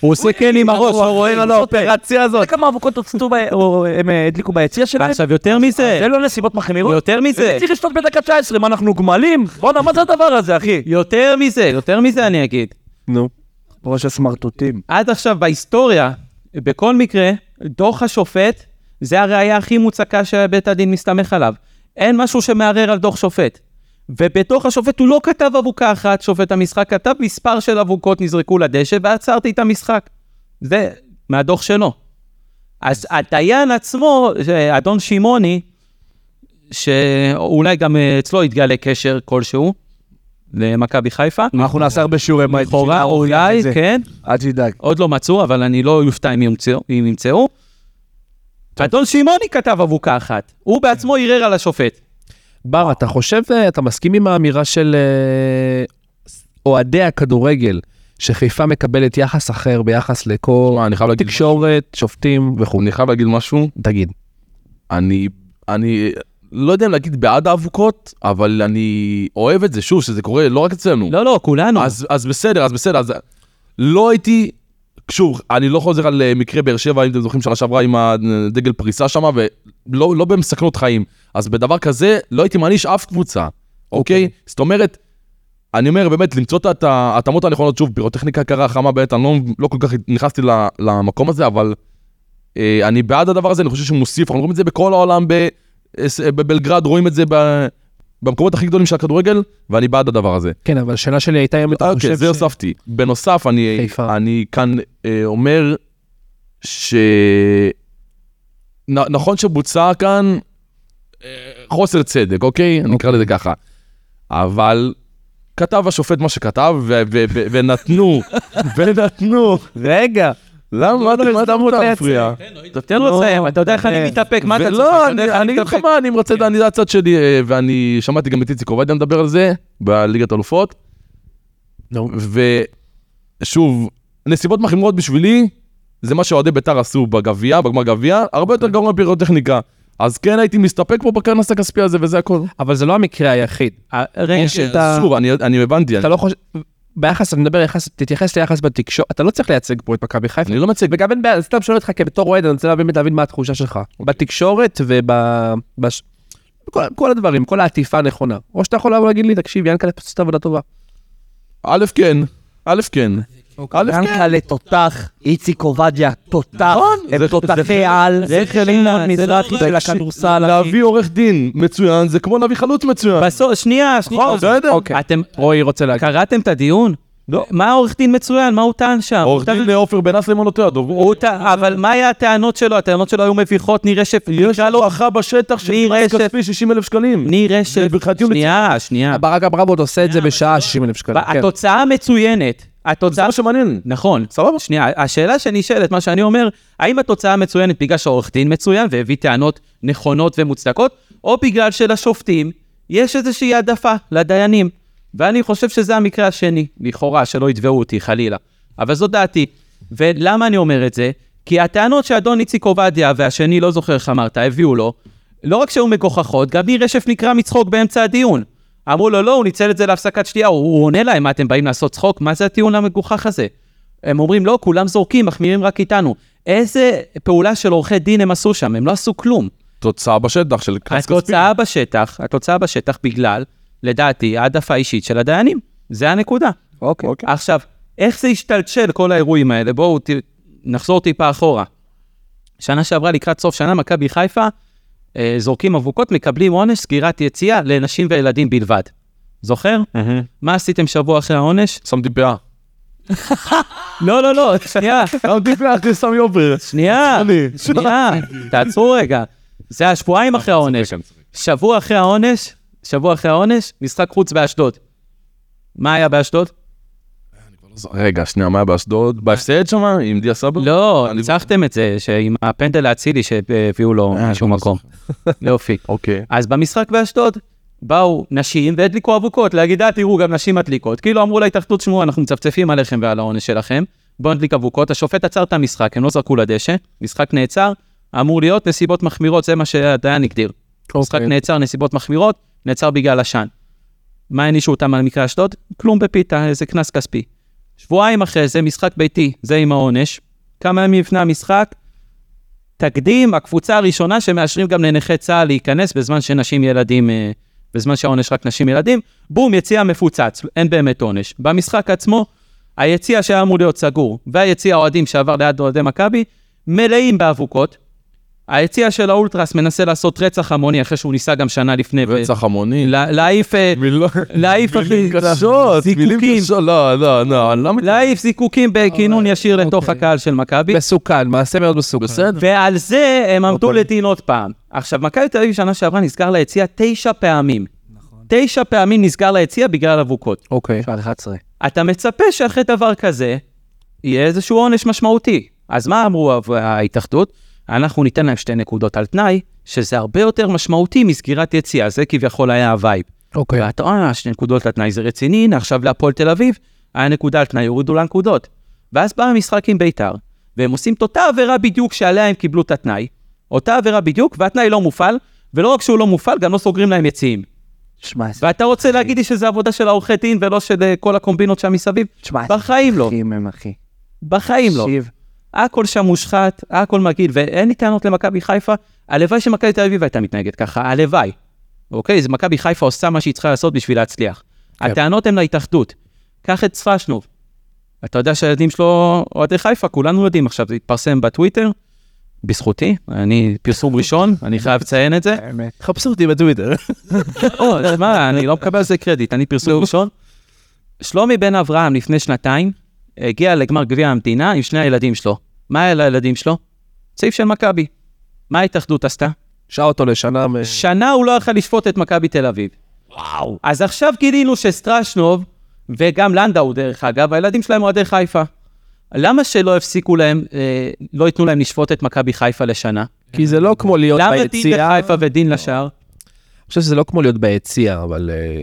Speaker 2: הוא עושה כן עם הראש, הוא רואה על האופרציה
Speaker 3: אתה
Speaker 2: הזאת.
Speaker 3: יודע כמה אבוקות הוצתו, ב- או הם אה, הדליקו ביציע שלהם?
Speaker 2: ועכשיו, יותר מזה,
Speaker 3: זה לא נסיבות מחמירות.
Speaker 2: יותר מזה,
Speaker 3: צריך לשתות בדקה 19, מה אנחנו גמלים? בואנה, מה זה הדבר הזה, אחי?
Speaker 2: יותר מזה, יותר מזה אני אגיד.
Speaker 1: נו.
Speaker 3: ראש הסמרטוטים.
Speaker 2: עד עכשיו בהיסטוריה, בכל מקרה, דוח השופט זה הראייה הכי מוצקה שבית הדין מסתמך עליו. אין משהו שמערער על דוח שופט. ובתוך השופט הוא לא כתב אבוקה אחת, שופט המשחק כתב מספר של אבוקות נזרקו לדשא ועצרתי את המשחק. זה מהדוח שלו. אז הדיין עצמו, זה אדון שמעוני, שאולי גם אה, אצלו יתגלה קשר כלשהו למכבי חיפה,
Speaker 3: אנחנו נעשה הרבה שיעורי בית.
Speaker 2: לכאורה אולי, כן,
Speaker 3: אל תדאג.
Speaker 2: עוד לא מצאו, אבל אני לא יופתע אם ימצאו. אם ימצאו. אדון שמעוני כתב אבוקה אחת, הוא בעצמו ערער על השופט.
Speaker 1: בר, אתה חושב, אה, אתה מסכים עם האמירה של אה, אוהדי הכדורגל, שחיפה מקבלת יחס אחר ביחס לכל
Speaker 4: תשמע, אני חייב להגיד
Speaker 1: תקשורת, שופטים וכו'.
Speaker 4: אני חייב להגיד משהו,
Speaker 1: תגיד.
Speaker 4: אני, אני לא יודע אם להגיד בעד האבוקות, אבל אני אוהב את זה, שוב, שזה קורה לא רק אצלנו.
Speaker 2: לא, לא, כולנו.
Speaker 4: אז, אז בסדר, אז בסדר, אז לא הייתי, שוב, אני לא חוזר על אה, מקרה באר שבע, אם אתם זוכרים, שנה שעברה עם הדגל פריסה שם, ולא לא במסכנות חיים. אז בדבר כזה, לא הייתי מעניש אף קבוצה, אוקיי? זאת אומרת, אני אומר באמת, למצוא את ה- את ההתאמות הנכונות, שוב, פירוטכניקה קרה, חמה באמת, אני לא, לא כל כך נכנסתי ל- למקום הזה, אבל אה, אני בעד הדבר הזה, אני חושב שהוא מוסיף, אנחנו רואים את זה בכל העולם, ב, אה, ס- בבלגרד רואים את זה ב, במקומות הכי גדולים של הכדורגל, ואני בעד הדבר הזה.
Speaker 1: כן, אבל השאלה שלי הייתה אם אתה
Speaker 4: אוקיי,
Speaker 1: חושב
Speaker 4: זה הוספתי. בנוסף, אני,
Speaker 1: חיפה.
Speaker 4: אני כאן אה, אומר ש... נ, נכון שבוצע כאן אה, חוסר צדק, אוקיי? נקרא לזה ככה. אבל כתב השופט מה שכתב, ו- ו- ו- ונתנו, ונתנו.
Speaker 3: רגע.
Speaker 1: לא,
Speaker 4: למה אתם
Speaker 3: הזדמנות
Speaker 4: אתם
Speaker 3: לייצר.
Speaker 4: מפריע?
Speaker 2: תן לו לסיים, אתה יודע איך אני מתאפק, מה אתה צוחק?
Speaker 4: ולא,
Speaker 2: אתה יודע איך
Speaker 4: אני אני אגיד לך
Speaker 2: מתאפק?
Speaker 4: מה, אני רוצה, אני זה הצד שלי, אה, ואני שמעתי גם את איציק עובדיה מדבר על זה, בליגת אלופות.
Speaker 1: נו.
Speaker 4: ושוב, נסיבות מחמירות בשבילי, זה מה שאוהדי ביתר עשו בגביע, בגמר גביע, הרבה יותר גרוע מפירוטכניקה. אז כן הייתי מסתפק פה בקרנס הכספי הזה, וזה הכל.
Speaker 1: אבל זה לא המקרה היחיד.
Speaker 2: אה, רגע,
Speaker 1: יש את ה-
Speaker 4: שוב, אני- אני הבנתי,
Speaker 1: אתה
Speaker 4: אני-
Speaker 1: לא חושב... ביחס, אני מדבר יחס, תתייחס ליחס בתקשורת, אתה לא צריך לייצג פה את מכבי חיפה.
Speaker 4: אני לא מציג.
Speaker 1: וגם אין בעיה, אז סתם שואל אותך כבתור אוהד, אני רוצה להבין- באמת להבין מה התחושה שלך. בתקשורת וב... בש- כל- כל הדברים, כל העטיפה הנכונה. או שאתה יכול לבוא להגיד לי, תקשיב, ינקלה פשוט עבודה טובה.
Speaker 4: א', כן, א', כן.
Speaker 1: אוקיי.
Speaker 4: א', כן.
Speaker 3: ינקלה תותח, איציק עובדיה תותח, הם תותחי על, נכון. זה חלינן מזרחי של הכדורסל. אחי.
Speaker 4: להביא עורך דין מצוין, זה כמו להביא חלוץ מצוין.
Speaker 2: בסוף, שנייה, שנייה.
Speaker 4: נכון, בסדר.
Speaker 2: אוקיי. אתם
Speaker 1: רועי רוצה להגיד.
Speaker 2: קראתם את הדיון?
Speaker 4: לא.
Speaker 2: מה העורך דין מצוין? מה הוא טען שם?
Speaker 4: עורך
Speaker 2: הוא
Speaker 4: דין עופר בן אסלם לא טועה, דוברו.
Speaker 2: הוא טע- אבל מה היה הטענות שלו? הטענות שלו היו מביכות, נראה שפ... נקרא לו אחר בשטח של
Speaker 4: קנס כספי 60 אלף שקלים.
Speaker 2: נראה ש...
Speaker 4: ברכת יום
Speaker 2: שנייה, שנייה.
Speaker 1: כן. ברק אברמוט עושה את זה בשעה 60 אלף שקלים. כן.
Speaker 2: התוצאה מצוינת.
Speaker 4: זה
Speaker 2: התוצאה...
Speaker 4: מה שמעניין.
Speaker 2: נכון.
Speaker 4: סבבה.
Speaker 2: שנייה, השאלה שנשאלת, מה שאני אומר, האם התוצאה מצוינת בגלל שהעורך דין מצוין והביא טענות נכונות ומוצדקות, או בגלל שלשופטים יש איזושהי העדפה לדיינים. ואני חושב שזה המקרה השני, לכאורה, שלא יתבעו אותי חלילה. אבל זו דעתי. ולמה אני אומר את זה? כי הטענות שאדון איציק עובדיה והשני, לא זוכר איך אמרת, הביאו לו, לא רק שהיו מגוחכות, גם ניר רשף נקרע מצחוק באמצע הדיון. אמרו לו, לא, הוא ניצל את זה להפסקת שתייה, הוא, הוא עונה להם, מה אתם באים לעשות צחוק? מה זה הטיעון המגוחך הזה? הם אומרים, לא, כולם זורקים, מחמירים רק איתנו. איזה פעולה של עורכי דין הם עשו שם? הם לא עשו כלום.
Speaker 4: תוצאה בשטח של קנס כספי.
Speaker 2: התוצאה בשטח, התוצאה בשטח בגלל, לדעתי, העדפה אישית של הדיינים. זה הנקודה.
Speaker 3: אוקיי.
Speaker 2: עכשיו, איך זה השתלשל כל האירועים האלה? בואו ת... נחזור טיפה אחורה. שנה שעברה לקראת סוף שנה, מכבי חיפה, אה, זורקים אבוקות, מקבלים עונש סגירת יציאה לנשים וילדים בלבד. זוכר? מה עשיתם שבוע אחרי העונש?
Speaker 4: שמתי פאה.
Speaker 2: לא, לא, לא, שנייה,
Speaker 4: שמתי פאה אחרי סמי עופר.
Speaker 2: שנייה,
Speaker 4: אני.
Speaker 2: שנייה, תעצרו רגע. זה השבועיים אחרי העונש. שבוע אחרי העונש, שבוע אחרי העונש, משחק חוץ באשדוד. מה היה באשדוד?
Speaker 4: רגע, שנייה, מה היה באשדוד? בהפסד שם? עם דיה סבא?
Speaker 2: לא,
Speaker 4: אני-
Speaker 2: ניצחתם את זה, שעם הפנדל האצילי שהביאו לו
Speaker 4: אה,
Speaker 2: משום
Speaker 4: לא
Speaker 2: מקום. יופי.
Speaker 4: אוקיי.
Speaker 2: אז במשחק באשדוד, באו נשים והדליקו אבוקות, להגיד, אה, תראו, גם נשים מדליקות. כאילו אמרו להתאחדות, שמעו, אנחנו מצפצפים עליכם ועל העונש שלכם, בואו נדליק אבוקות. השופט עצר את המשחק, הם לא זרקו לדשא, משחק נעצר, אמור להיות נסיבות מחמירות, זה מה שהדיין הגדיר.
Speaker 1: אוקיי.
Speaker 2: משחק נעצר, נסיבות מחמירות, נעצר בגלל עשן. מה הענישו אותם על מקרה אשדוד? כלום בפיתה, איזה קנס כספי. שבועיים אחרי זה, משחק ביתי, זה עם העונש. כמה ימים לפני המשחק, תקדים, הקבוצה הראשונה שמאשרים גם לנכי צה"ל להיכנס בזמן שנשים ילדים, אה, בזמן שהעונש רק נשים ילדים, בום, יציע מפוצץ, אין באמת עונש. במשחק עצמו, היציע שהיה אמור להיות סגור, והיציע האוהדים שעבר ליד אוהדי מכבי, מלאים באבוקות. היציע של האולטרס מנסה לעשות רצח המוני, אחרי שהוא ניסה גם שנה לפני. ו-
Speaker 4: רצח המוני.
Speaker 2: לה- להעיף אה, להעיף
Speaker 4: מילים
Speaker 2: אחי,
Speaker 4: קשות, מילים
Speaker 2: זיקוקים.
Speaker 4: קשות, לא, לא, לא, אני לא מתנגד.
Speaker 2: להעיף זיקוקים בכינון ישיר לתוך הקהל של מכבי,
Speaker 1: מסוכן, מעשה מאוד מסוכן. בסדר.
Speaker 2: ועל זה הם עמדו לדין עוד פעם. עכשיו, מכבי תל אביב שנה שעברה נסגר ליציע תשע פעמים. תשע פעמים נסגר ליציע בגלל אבוקות.
Speaker 1: אוקיי.
Speaker 3: 11.
Speaker 2: אתה מצפה שאחרי דבר כזה, יהיה איזשהו עונש משמעותי. אז מה אמרו ה- ההתאחדות? אנחנו ניתן להם שתי נקודות על תנאי, שזה הרבה יותר משמעותי מסגירת יציאה, זה כביכול היה הווייב.
Speaker 1: אוקיי.
Speaker 2: ואתה אומר, שתי נקודות על תנאי זה רציני, הנה עכשיו להפועל תל אביב, היה נקודה על תנאי, הורידו לה נקודות. ואז בא המשחק עם ביתר, והם עושים את אותה עבירה בדיוק שעליה הם קיבלו את התנאי, אותה עבירה בדיוק, והתנאי לא מופעל, ולא רק שהוא לא מופעל, גם לא סוגרים להם יציאים.
Speaker 3: שמע,
Speaker 2: ואתה רוצה להגיד לי שזה עבודה של העורכי דין ולא של אה, כל הקומבינות שם מסביב?
Speaker 3: תשמע,
Speaker 2: בחיים לא,
Speaker 3: אחים הם אחי.
Speaker 2: בחיים לא.
Speaker 3: תקשיב,
Speaker 2: הכל שם מושחת, הכל מגעיל, ואין לי טענות למכבי חיפה. הלוואי שמכבי תל אביב הייתה מתנהגת ככה, הלוואי. אוקיי? זה מכבי חיפה עושה מה שהיא צריכה לעשות בשביל להצליח. הטענות הן להתאחדות. קח את צפשנוב. אתה יודע שהילדים שלו אוהדי חיפה, כולנו יודעים עכשיו, זה התפרסם בטוויטר, בזכותי, אני פרסום ראשון, אני חייב לציין את זה.
Speaker 1: חפשו אותי בטוויטר.
Speaker 2: או, מה, אני לא מקבל על זה קרדיט, אני פרסום ראשון. שלומי בן אברהם לפני שנתיים הגיע לגמר גביע המדינה עם שני הילדים שלו. מה היה לילדים שלו? סעיף של מכבי. מה ההתאחדות עשתה?
Speaker 1: שעה אותו לשנה. מ-
Speaker 2: שנה הוא לא יכל לשפוט את מכבי תל אביב. וואו. אז עכשיו גילינו שסטרשנוב, וגם לנדאו דרך אגב, הילדים שלהם אוהדי חיפה. למה שלא הפסיקו להם, אה, לא ייתנו להם לשפוט את מכבי חיפה לשנה?
Speaker 1: כי זה לא כמו להיות
Speaker 2: למה דין
Speaker 1: ביציאה.
Speaker 2: לחיפה ודין לשאר?
Speaker 1: אני חושב שזה לא כמו להיות ביציאה, אבל... אה,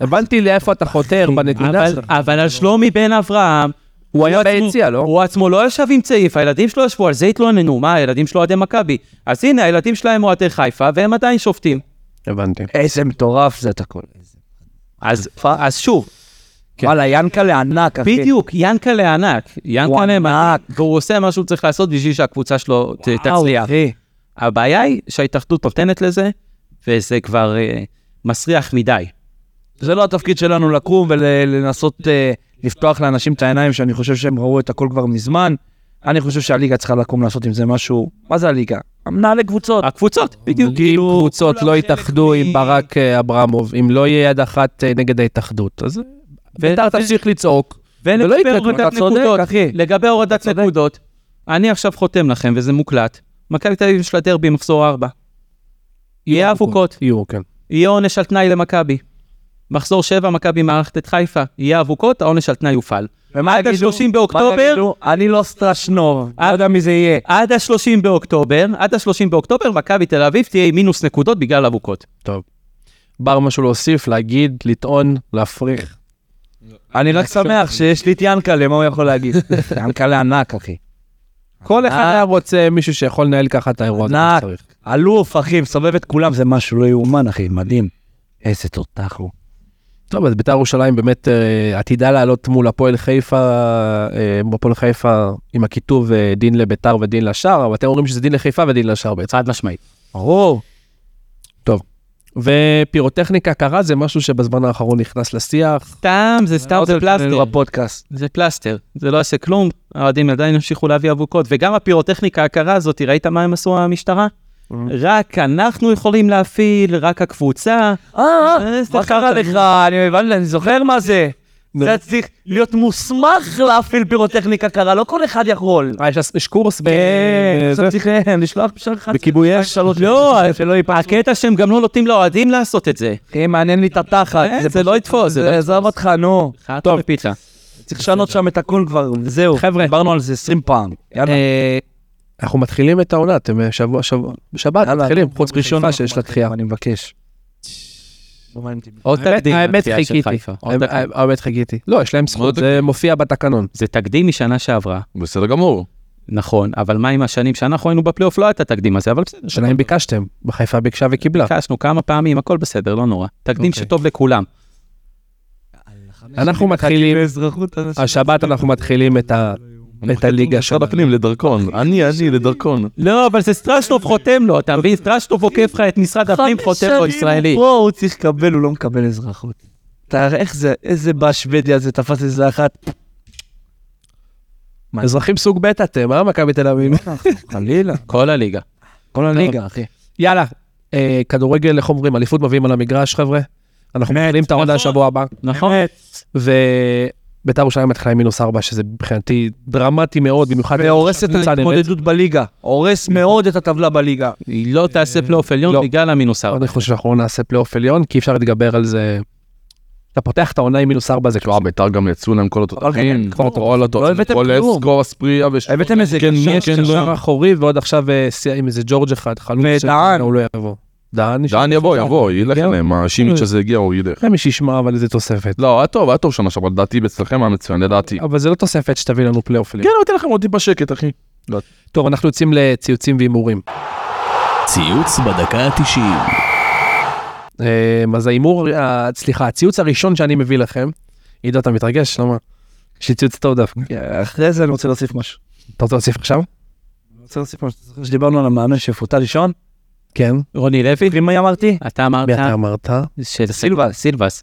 Speaker 1: הבנתי לאיפה אתה חותר בנקודה
Speaker 2: אבל-
Speaker 1: שלך.
Speaker 2: אבל על שלומי בן אברהם,
Speaker 1: הוא היה
Speaker 2: עצמו-
Speaker 1: ביציאה, לא?
Speaker 2: הוא עצמו לא ישב עם צעיף, הילדים שלו ישבו, על זה התלוננו, מה, הילדים שלו אוהדי מכבי. אז הנה, הילדים שלהם אוהדי חיפה, והם עדיין שופטים.
Speaker 1: הבנתי.
Speaker 3: איזה מטורף זה את הכל.
Speaker 2: אז אז שוב,
Speaker 3: וואלה, ינקלה ענק,
Speaker 1: כן.
Speaker 3: אחי.
Speaker 2: בדיוק, ינקלה ענק. ינקלה
Speaker 3: הוא
Speaker 2: ענק, והוא עושה מה שהוא צריך לעשות בשביל שהקבוצה שלו ת- תצליח.
Speaker 3: אה, אחי.
Speaker 2: הבעיה היא שההתאחדות נותנת לזה, וזה כבר אה, מסריח מדי.
Speaker 3: זה לא התפקיד שלנו לקום ולנסות אה, לפתוח לאנשים את העיניים, שאני חושב שהם ראו את הכל כבר מזמן. אני חושב שהליגה צריכה לקום לעשות עם זה משהו. מה זה הליגה? מנהלי קבוצות.
Speaker 2: הקבוצות, בדיוק.
Speaker 1: כאילו קבוצות לא יתאחדו עם ברק אה, אברמוב, אם לא יהיה יד אחת אה, נגד ההתאחדות, אז בית"ר תמשיך לצעוק. ולא
Speaker 2: ולגבי
Speaker 1: יקרה כלום,
Speaker 2: הורדת
Speaker 1: אתה צודק,
Speaker 2: נקודות,
Speaker 1: אחי.
Speaker 2: לגבי הורדת נקודות, אני עכשיו חותם לכם, וזה מוקלט, מכבי תל אביב יש לה דרבי מחזור 4. יהיה אבוקות,
Speaker 1: יהיו, כן.
Speaker 2: יהיה עונש על תנאי למכבי. מחזור 7, מכבי מארחת את חיפה, יהיה אבוקות, העונש על תנאי יופעל. עד ה-30 באוקטובר,
Speaker 3: אני לא סטרשנוב, לא יודע מי זה יהיה.
Speaker 2: עד ה-30 באוקטובר, עד ה-30 באוקטובר, מכבי תל אביב תהיה עם מינוס נקודות בגלל אבוקות.
Speaker 1: טוב. בר משהו להוסיף, להגיד, לטעון, להפריך.
Speaker 3: אני רק שמח שיש לי את ינקלה, מה הוא יכול להגיד? ינקלה ענק, אחי.
Speaker 1: כל אחד היה רוצה מישהו שיכול לנהל ככה את האירוע הזה כמו
Speaker 3: ענק.
Speaker 1: שצריך.
Speaker 3: אלוף, אחי, מסובב את כולם, זה משהו לא יאומן, אחי, מדהים. איזה תותח הוא.
Speaker 1: טוב, אז בית"ר ירושלים באמת אה, עתידה לעלות מול הפועל חיפה, אה, מול הפועל חיפה עם הכיתוב אה, דין לבית"ר ודין לשער, אבל אתם אומרים שזה דין לחיפה ודין לשער בעצם.
Speaker 2: חד משמעית.
Speaker 1: ברור. טוב. ופירוטכניקה קרה זה משהו שבזמן האחרון נכנס לשיח.
Speaker 2: סתם, זה סתם, זה פלסטר.
Speaker 3: בפודקאסט.
Speaker 2: זה פלסטר, זה לא יעשה כלום, האוהדים עדיין ימשיכו להביא אבוקות, וגם הפירוטכניקה הקרה הזאת, ראית מה הם עשו המשטרה? רק אנחנו יכולים להפעיל, רק הקבוצה.
Speaker 3: אה,
Speaker 2: איזה
Speaker 3: מה קרה
Speaker 2: חרטא.
Speaker 3: לך? אני מבין, אני זוכר מה זה. זה צריך להיות מוסמך להפעיל פירוטכניקה קרה, לא כל אחד יכול.
Speaker 1: אה, יש- יש קורס ב...
Speaker 3: כן,
Speaker 1: זה-
Speaker 3: עכשיו צריך אה, לשלוח בשביל אחד. אה,
Speaker 1: בכיבוי אש?
Speaker 2: לא,
Speaker 3: כן,
Speaker 2: הקטע שהם גם לא נותנים לאוהדים לעשות את זה.
Speaker 3: אחי, מעניין לי אה, את התחת.
Speaker 2: זה לא יתפוס, זה לא
Speaker 3: עזוב אותך, נו.
Speaker 2: טוב, פיצה.
Speaker 3: צריך לשנות שם את הכל כבר, וזהו.
Speaker 2: חבר'ה.
Speaker 3: דיברנו על זה 20 פעם. יאללה.
Speaker 2: אה,
Speaker 1: אנחנו מתחילים את העונה, אתם אה, שבוע, שבוע, בשבת
Speaker 3: יאללה,
Speaker 1: מתחילים,
Speaker 3: אתם
Speaker 1: חוץ
Speaker 3: ביום ראשון
Speaker 1: מחיפה שיש לה
Speaker 3: אנחנו
Speaker 1: דחייה. אה,
Speaker 3: מתחילים, אני מבקש.
Speaker 2: עוד
Speaker 1: האמת-
Speaker 2: תקדים.
Speaker 1: האמת
Speaker 2: לקביעה של
Speaker 1: חיכיתי,
Speaker 2: חיפה. עוד תקדים.
Speaker 1: האמת- האמת חיכיתי. לא, יש להם זכות,
Speaker 4: מאוד
Speaker 1: זה מופיע בתקנון.
Speaker 2: זה תקדים משנה שעברה,
Speaker 4: בסדר גמור.
Speaker 2: נכון, אבל מה עם השנים שאנחנו היינו בפלייאוף? לא היה את התקדים הזה, אבל בסדר.
Speaker 1: השאלה אם ביקשתם, בחיפה ביקשה וקיבלה.
Speaker 2: ביקשנו כמה פעמים, הכל בסדר, לא נורא. תקדים
Speaker 1: אוקיי.
Speaker 2: שטוב לכולם.
Speaker 1: אנחנו מתחילים, השבת אנחנו מתחילים את ה- את הליגה
Speaker 4: משרד
Speaker 1: שלנו.
Speaker 4: הפנים לדרכון. אה, אני, אני לדרכון.
Speaker 2: לא, אבל זה סטרשנוב חותם לו, אתה מבין? סטרשנוב עוקף לך את משרד הפנים, חותם לו ישראלי.
Speaker 3: פה הוא צריך לקבל, הוא לא מקבל אזרחות. אתה איך זה, איזה בא שוודיה זה תפס איזה אחת.
Speaker 1: אזרחים סוג ב' אתם, אה, מכבי תל אביב?
Speaker 3: חלילה.
Speaker 2: כל הליגה.
Speaker 3: כל הליגה, אחי.
Speaker 1: יאללה, אה, כדורגל, איך אומרים, אליפות מביאים על המגרש, חבר'ה. אנחנו מתחילים את העונה השבוע הבא,
Speaker 2: נכון.
Speaker 1: ובית"ר ירושלים מתחילה עם מינוס ארבע, שזה מבחינתי דרמטי מאוד, במיוחד
Speaker 3: זה הורס את
Speaker 1: קבוצה נראית.
Speaker 3: ההתמודדות בליגה. הורס מאוד את הטבלה בליגה.
Speaker 2: היא לא תעשה פלייאוף
Speaker 1: לא.
Speaker 2: עליון בגלל המינוס ארבע.
Speaker 1: אני חושב שאנחנו לא נעשה פלייאוף עליון, כי אי אפשר להתגבר על זה. אתה פותח את העונה עם מינוס ארבע, זה כבר
Speaker 4: תשמע, ביתר גם יצאו להם כל התותחים.
Speaker 1: כבר
Speaker 4: כל
Speaker 3: לא הבאתם
Speaker 4: התותחים. כל
Speaker 3: כלום.
Speaker 4: אסקו אספריה וש...
Speaker 3: הבאתם איזה
Speaker 4: כן, מי, כן, לא.
Speaker 1: שער אחורי, ועוד עכשיו אה, סי- עם איזה ג'ורג' אחד, חלוץ
Speaker 3: ודהן.
Speaker 1: שכנראה הוא לא יבוא. דהן נשאר.
Speaker 4: דן יבוא, יבוא, ילך
Speaker 1: כן.
Speaker 4: להם. השימיץ' הזה הגיע, הוא ילך.
Speaker 1: זה מי שישמע, אבל זה תוספת.
Speaker 4: לא, היה טוב, היה טוב שנה שעברה, לדעתי, אצלכם היה מצוין, לדעתי.
Speaker 1: אבל זה לא תוספת שתביא לנו פלייאוף עליון.
Speaker 4: כן, נותן לכם עוד טיפה שקט, אחי.
Speaker 1: טוב, אנחנו יוצאים לציוצים והימורים.
Speaker 5: ציוץ בדקה ה-90.
Speaker 1: אמ, אז ההימור, ה- סליחה, הציוץ הראשון שאני מביא לכם, עידו, אתה מתרגש? למה? יש לי ציוץ טוב דווקא.
Speaker 3: אה, אחרי זה אני רוצה להוסיף משהו.
Speaker 1: אתה רוצה להוסיף עכשיו?
Speaker 3: אני רוצה להוסיף משהו. אתה זוכר שדיברנו על המאמן שפוטר ראשון?
Speaker 1: כן.
Speaker 2: רוני לוי,
Speaker 3: ואם מי אמרתי?
Speaker 2: אתה אמרת
Speaker 1: מי אתה אמרת?
Speaker 2: של
Speaker 3: סילבס.
Speaker 2: סילבס.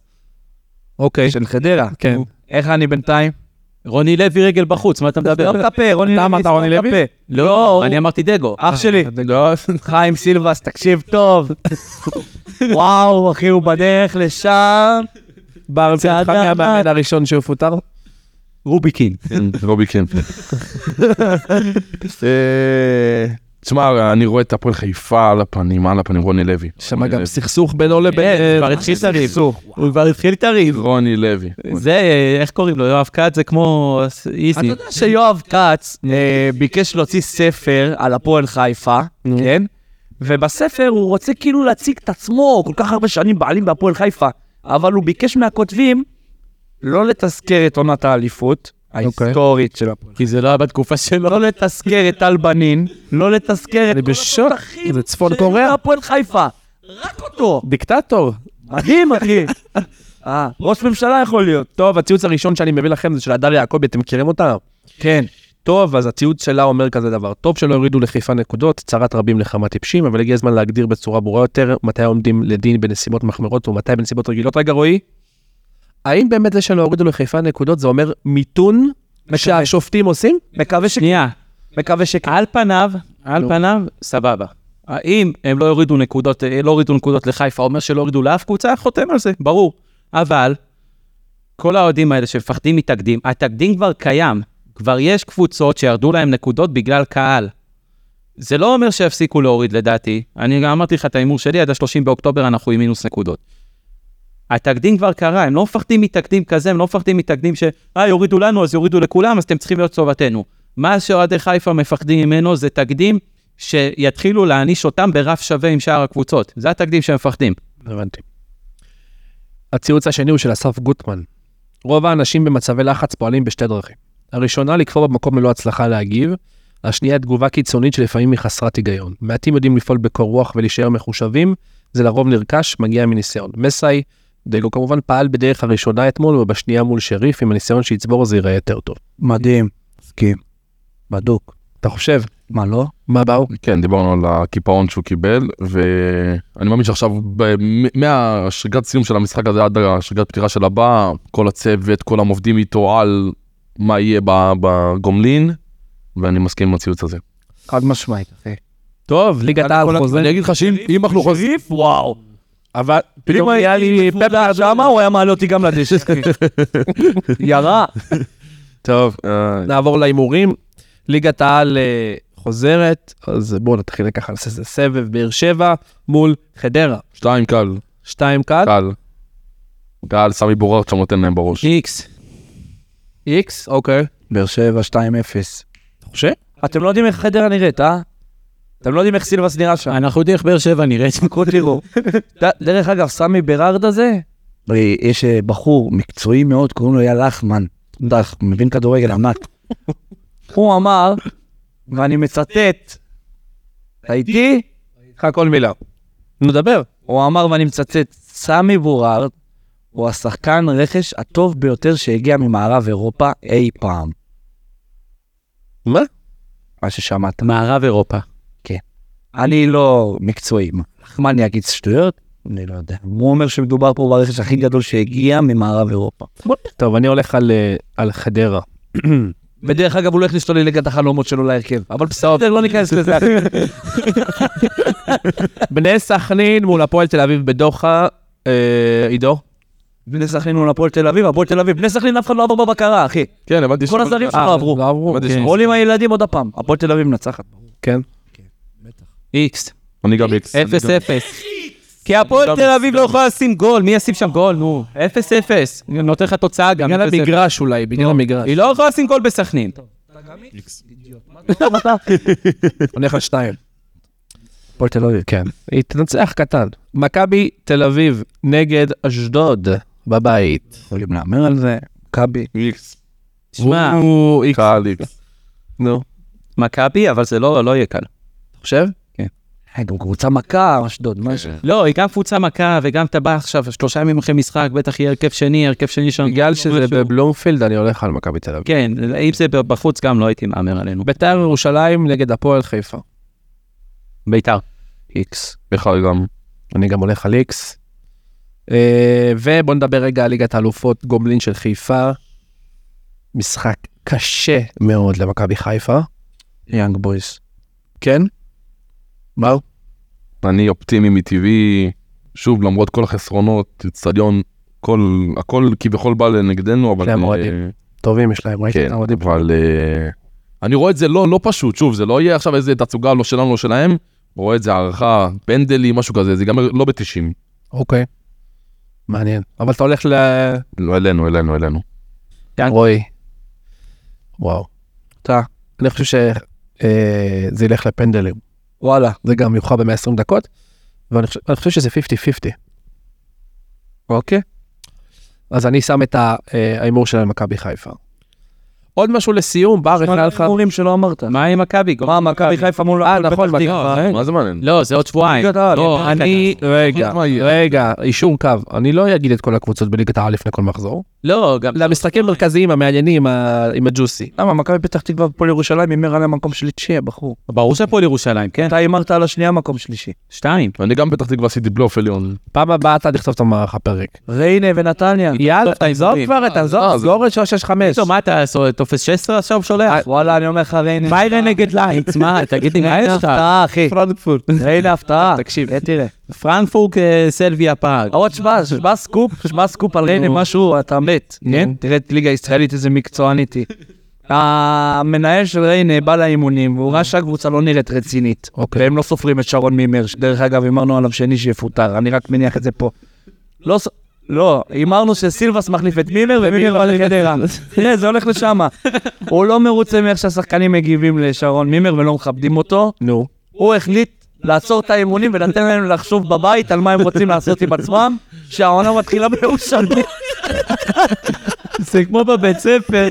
Speaker 1: אוקיי.
Speaker 3: של חדרה.
Speaker 1: כן.
Speaker 3: איך אני בינתיים?
Speaker 2: רוני לוי רגל בחוץ, מה אתה מדבר?
Speaker 3: לא מטפה, רוני לוי.
Speaker 1: אמרת
Speaker 3: סתום
Speaker 1: רוני
Speaker 3: את
Speaker 1: לוי?
Speaker 3: הפה.
Speaker 2: לא, אני אמרתי דגו.
Speaker 3: אח שלי, חיים סילבס, תקשיב טוב. וואו, אחי, הוא בדרך לשם.
Speaker 1: בר,
Speaker 3: צעדה
Speaker 1: לך מי המאמן
Speaker 3: אחת.
Speaker 1: הראשון שהוא פוטר?
Speaker 2: רוביקין.
Speaker 4: כן, רובי קמפ. אה, תשמע, אני רואה את הפועל חיפה על הפנים, על הפנים, רוני לוי. אה,
Speaker 1: שמע
Speaker 4: רוני
Speaker 1: גם
Speaker 4: לוי.
Speaker 1: סכסוך בינו לבין...
Speaker 2: כבר התחיל את הריב. הוא כבר התחיל את הריב.
Speaker 4: רוני לוי.
Speaker 2: זה, איך קוראים לו? יואב כץ זה כמו
Speaker 3: אתה
Speaker 2: איזי.
Speaker 3: יודע שיואב כץ אה, ביקש להוציא ספר על הפועל חיפה, כן? ובספר הוא רוצה כאילו להציג את עצמו, כל כך הרבה שנים בעלים בהפועל חיפה, אבל הוא ביקש מהכותבים לא לתזכר את עונת האליפות ההיסטורית של הפועל.
Speaker 2: כי זה לא היה בתקופה שלו.
Speaker 3: לא לתזכר את טל בנין, לא לתזכר את כל
Speaker 1: בשוק.
Speaker 3: התותחים
Speaker 1: זה צפון
Speaker 3: שהיו
Speaker 1: קוריאה.
Speaker 3: בהפועל חיפה, רק אותו.
Speaker 1: דיקטטור.
Speaker 3: מדהים, אחי. אה, ראש ממשלה יכול להיות.
Speaker 1: טוב, הציוץ הראשון שאני מביא לכם זה של הדר יעקבי, אתם מכירים אותה?
Speaker 3: כן.
Speaker 1: טוב, אז הציוץ שלה אומר כזה דבר, טוב שלא הורידו לחיפה נקודות, צרת רבים לכמה טיפשים, אבל הגיע הזמן להגדיר בצורה ברורה יותר מתי עומדים לדין בנסיבות מחמירות ומתי בנסיבות רגילות. רגע, רועי, האם באמת זה שלא הורידו לחיפה נקודות זה אומר מיתון שהשופטים עושים?
Speaker 3: מקווה ש...
Speaker 2: שנייה,
Speaker 3: מקווה שכן.
Speaker 2: על פניו, על פניו, סבבה. האם הם לא הורידו נקודות, אה, לא הורידו נקודות לחיפה, אומר שלא הורידו לאף קבוצה, חותם על זה, ברור. אבל, כל האוהדים האלה שמפחדים מתקדים, התקדים כבר קיים. כבר יש קבוצות שירדו להם נקודות בגלל קהל. זה לא אומר שיפסיקו להוריד, לדעתי. אני גם אמרתי לך את ההימור שלי, עד ה-30 באוקטובר אנחנו עם מינוס נקודות. התקדים כבר קרה, הם לא מפחדים מתקדים כזה, הם לא מפחדים מתקדים ש... אה, יורידו לנו, אז יורידו לכולם, אז אתם צריכים להיות לטובתנו. מה שאוהדי חיפה מפחדים ממנו זה תקדים שיתחילו להעניש אותם ברף שווה עם שאר הקבוצות. זה התקדים שהם מפחדים.
Speaker 1: הבנתי. הציוץ השני הוא של אסף גוטמן. רוב האנשים במצבי לחץ פועלים בשתי דרכים. הראשונה, לקפוא במקום ללא הצלחה להגיב. השנייה, תגובה קיצונית שלפעמים היא חסרת היגיון. מעטים יודעים לפעול בקור רוח ולהישאר מחושבים, זה לרוב נרכש, מגיע מניסיון. מסאי, דגו כמובן פעל בדרך הראשונה אתמול ובשנייה מול שריף, עם הניסיון שיצבור זה ייראה יותר טוב.
Speaker 3: מדהים. מסכים. בדוק.
Speaker 1: אתה חושב,
Speaker 3: מה לא?
Speaker 1: מה באו?
Speaker 4: כן, דיברנו על הקיפאון שהוא קיבל, ואני מאמין שעכשיו, ב- מ- מהשריגת סיום של המשחק הזה עד השריגת פתיחה של הבא, כל הצוות, כולם עובדים איתו על מה יהיה ב- בגומלין, ואני מסכים עם הציוץ הזה.
Speaker 3: חד משמעית, אחי.
Speaker 1: טוב, ליגת העל חוזר.
Speaker 4: אני אגיד לך שאם אם אנחנו חוזרים...
Speaker 3: שריף, וואו.
Speaker 1: אבל
Speaker 3: אם
Speaker 1: פתאום
Speaker 3: היה לי פפר שמה, הוא היה מעלה אותי גם לדשא, אחי. ירה.
Speaker 1: טוב, אה, נעבור להימורים. ליגת העל אה, חוזרת, אז בואו נתחיל ככה נעשה איזה סבב. באר שבע מול חדרה.
Speaker 4: שתיים קל,
Speaker 1: שתיים קל.
Speaker 4: קל. קל, סמי בורר שם נותן להם בראש.
Speaker 2: איקס. איקס, אוקיי.
Speaker 3: באר שבע 2-0.
Speaker 6: אתה חושב?
Speaker 3: אתם לא יודעים איך חדרה נראית, אה? אתם לא יודעים איך סילבס נראה שם.
Speaker 6: אנחנו יודעים איך באר שבע נראית.
Speaker 3: קחו תראו. ד- דרך אגב, סמי ברארד הזה, אה, יש אה, בחור מקצועי מאוד, קוראים לו אייל לחמן. דח, מבין כדורגל ענק. הוא אמר, ואני מצטט, אתה איתי?
Speaker 1: לך כל מילה. נו, דבר.
Speaker 3: הוא אמר, ואני מצטט, סמי בורארד הוא השחקן רכש הטוב ביותר שהגיע ממערב אירופה אי פעם.
Speaker 1: מה?
Speaker 3: מה ששמעת.
Speaker 2: מערב אירופה.
Speaker 3: אני לא מקצועי. מה, מה אני אגיד שטויות? אני לא יודע. הוא אומר שמדובר פה ברכש הכי גדול שהגיע ממערב אירופה.
Speaker 1: טוב, אני הולך על, אה, על חדרה.
Speaker 3: ודרך אגב, הוא הולך לשתול לליגת
Speaker 1: לא
Speaker 3: החלומות שלו להרכב. אבל בסדר, לא ניכנס לזה.
Speaker 1: בני סכנין מול הפועל תל אביב בדוחה, אה, עידו.
Speaker 3: בני סכנין מול הפועל תל אביב, הפועל תל אביב. בני סכנין אף אחד לא עבר בבקרה, אחי.
Speaker 4: כן, הבנתי
Speaker 3: כל הזרים שלו עברו.
Speaker 1: לא עברו,
Speaker 4: עבדתי
Speaker 1: כן.
Speaker 4: שם.
Speaker 3: עול עם הילדים עוד הפעם. הפועל תל אביב מנצחת.
Speaker 1: כן.
Speaker 2: איקס.
Speaker 4: אני גם איקס.
Speaker 2: אפס אפס. כי הפועל תל אביב לא יכולה לשים גול, מי ישים שם גול? נו, אפס אפס. אני נותן לך תוצאה גם.
Speaker 6: בגלל
Speaker 2: אפס, אפס.
Speaker 6: המגרש אולי, בגלל המגרש.
Speaker 2: היא לא יכולה לשים גול בסכנין.
Speaker 1: הולך על שתיים.
Speaker 3: הפועל תל אביב.
Speaker 1: כן. היא תנצח קטן. מכבי תל אביב נגד אשדוד בבית.
Speaker 3: יכולים להמר על זה. מכבי.
Speaker 4: איקס.
Speaker 2: שמע,
Speaker 1: הוא איקס.
Speaker 4: קהל איקס.
Speaker 1: נו.
Speaker 2: מכבי, אבל זה לא לא יהיה קל.
Speaker 1: אתה חושב?
Speaker 3: אה, גם קבוצה מכה, אשדוד, מה
Speaker 1: כן.
Speaker 3: יש?
Speaker 2: לא, היא גם קבוצה מכה, וגם אתה בא עכשיו, שלושה ימים אחרי משחק, בטח יהיה הרכב שני, הרכב שני שם.
Speaker 1: בגלל שזה בבלומפילד, אני הולך על מכבי תל אביב.
Speaker 2: כן, אם זה בחוץ גם לא הייתי מהמר עלינו.
Speaker 1: ביתר ירושלים נגד הפועל חיפה.
Speaker 2: ביתר.
Speaker 1: איקס.
Speaker 4: בכלל גם.
Speaker 1: אני גם הולך על איקס. אה, ובוא נדבר רגע על ליגת האלופות גומלין של חיפה. משחק קשה מאוד למכבי חיפה.
Speaker 3: יאנג בויס.
Speaker 1: כן? מאור?
Speaker 4: אני אופטימי מטבעי, שוב, למרות כל החסרונות, אצטדיון, כל, הכל כביכול בא לנגדנו, אבל...
Speaker 1: שני
Speaker 4: אה,
Speaker 1: המועדים. טובים יש להם, ראיתי את
Speaker 4: כן,
Speaker 1: האוהדים.
Speaker 4: אבל... אה, אני רואה את זה לא, לא פשוט, שוב, זה לא יהיה עכשיו איזה תצוגה לא שלנו, לא שלהם, רואה את זה הערכה, פנדלים, משהו כזה, זה ייגמר לא ב-90.
Speaker 1: אוקיי. מעניין. אבל אתה הולך ל...
Speaker 4: לא, אלינו, אלינו, אלינו.
Speaker 1: רועי. וואו. אתה. אני חושב שזה ילך לפנדלים.
Speaker 3: וואלה.
Speaker 1: זה גם יוכרע ב-120 דקות. ואני חושב- אני חושב שזה 50-50.
Speaker 3: אוקיי.
Speaker 1: אז אני שם את ה- אה, ההימור שלה למכבי חיפה. עוד משהו לסיום, בר, איך היה לך?
Speaker 3: אומרים שלא אמרת.
Speaker 2: מה עם מכבי?
Speaker 3: מה, מכבי חיפה מול... אה,
Speaker 1: נכון, מכבי.
Speaker 4: מה זה מעניין?
Speaker 2: לא, זה עוד שבועיים.
Speaker 3: ליגת העל.
Speaker 2: לא,
Speaker 1: אני,
Speaker 2: אני...
Speaker 1: רגע, רגע, אישור קו, אני לא אגיד את כל הקבוצות בליגת העל לפני כל מחזור.
Speaker 2: לא, גם...
Speaker 1: למשחקים המרכזיים המעניינים ה- עם הג'וסי.
Speaker 3: למה, מכבי פתח תקווה והפועל ירושלים הימר עליה מקום שלישי, הבחור.
Speaker 2: ברור שהפועל ירושלים, כן?
Speaker 3: אתה הימרת על השנייה מקום שלישי.
Speaker 2: שתיים.
Speaker 4: אני גם פתח תקווה עשיתי בלוף עליון.
Speaker 1: פעם הבאה אתה תכתוב את המערך הפרק.
Speaker 3: ריינה ונתניה.
Speaker 1: יאללה,
Speaker 2: את
Speaker 1: תעזוב
Speaker 2: ההימורים.
Speaker 1: כבר, תעזוב, סגור את 365.
Speaker 2: טוב, מה אתה עושה? טופס 16 עכשיו
Speaker 1: אה,
Speaker 2: שולח?
Speaker 3: אה, וואלה, אני אומר לך ריינה.
Speaker 2: ביירן נגד ליינץ, מה? תגיד לי, מה
Speaker 3: ריינה
Speaker 2: יש לך?
Speaker 3: הפתעה, אחי.
Speaker 1: פרנקפורט.
Speaker 3: ריינה הפתעה.
Speaker 1: תקשיב.
Speaker 3: אה, תראה.
Speaker 2: פרנקפורק סלוויה אה, פארק.
Speaker 1: אה,
Speaker 3: עוד שמע, שמע סקופ, שמע סקופ על ריינה משהו, אתה מת. כן? תראה את ליגה הישראלית, איזה מקצוענית היא. המנהל של ריינה בא לאימונים, והוא ראה שהקבוצה לא נראית רצינית.
Speaker 1: אוקיי.
Speaker 3: והם לא סופרים את שרון מימר, שדרך אגב, הימרנו עליו שני שיפוטר, אני רק מניח את זה פה. לא, ס- לא, הימרנו שסילבס מחליף את מימר ומימר בא לחדרה. תראה, זה הולך לשם. הוא לא מרוצה מאיך שהשחקנים מגיבים לשרון מימר ולא מכבדים אותו.
Speaker 1: נו.
Speaker 3: הוא החליט לעצור את האימונים ולתן להם לחשוב בבית על מה הם רוצים לעשות עם עצמם, שהעונה מתחילה ביום שני.
Speaker 2: זה כמו בבית ספר.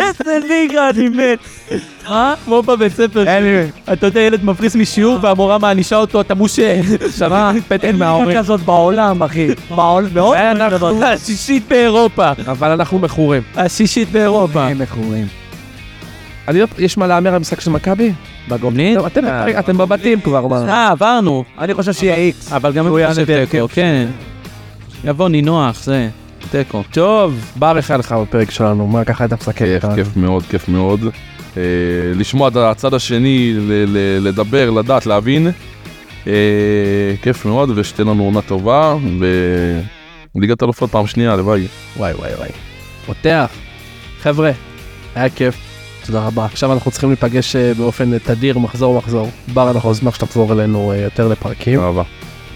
Speaker 3: איזה ליגה, אני מת. אה?
Speaker 2: מה? כמו בבית ספר.
Speaker 3: אין
Speaker 2: אתה יודע, ילד מפריס משיעור והמורה מענישה אותו, אתה מושה. שמע, פטן
Speaker 3: ליגה
Speaker 2: מההורים.
Speaker 3: כזאת בעולם, אחי. בעולם, מאוד.
Speaker 2: אנחנו השישית באירופה.
Speaker 1: אבל אנחנו מכורים.
Speaker 2: השישית באירופה.
Speaker 3: אה, הם מכורים.
Speaker 1: אני לא, יש מה להמר על המשחק של מכבי?
Speaker 2: בגומלין?
Speaker 1: טוב, אתם, אתם בבתים כבר, מה?
Speaker 2: אה, עברנו.
Speaker 3: אני חושב שיהיה איקס.
Speaker 2: אבל גם
Speaker 1: הוא
Speaker 2: אם
Speaker 1: יענה
Speaker 2: חושב
Speaker 1: בהרכב.
Speaker 2: תיקו, כן. יבוא נינוח, זה, תיקו.
Speaker 1: טוב, בר אחד לך בפרק שלנו, מה ככה אתה מסכם?
Speaker 4: כיף, כיף מאוד, כיף מאוד. אה, לשמוע את הצד השני, ל- ל- לדבר, לדעת, להבין. אה, כיף מאוד, ושתהיה לנו עונה טובה, וליגת אלופות פעם שנייה, הלוואי.
Speaker 1: וואי וואי וואי. פותח. חבר'ה, היה כיף. תודה רבה. עכשיו אנחנו צריכים להיפגש אה, באופן אה, תדיר, מחזור מחזור. בר, אנחנו נשמח שתחזור אלינו אה, יותר לפרקים.
Speaker 4: תודה רבה.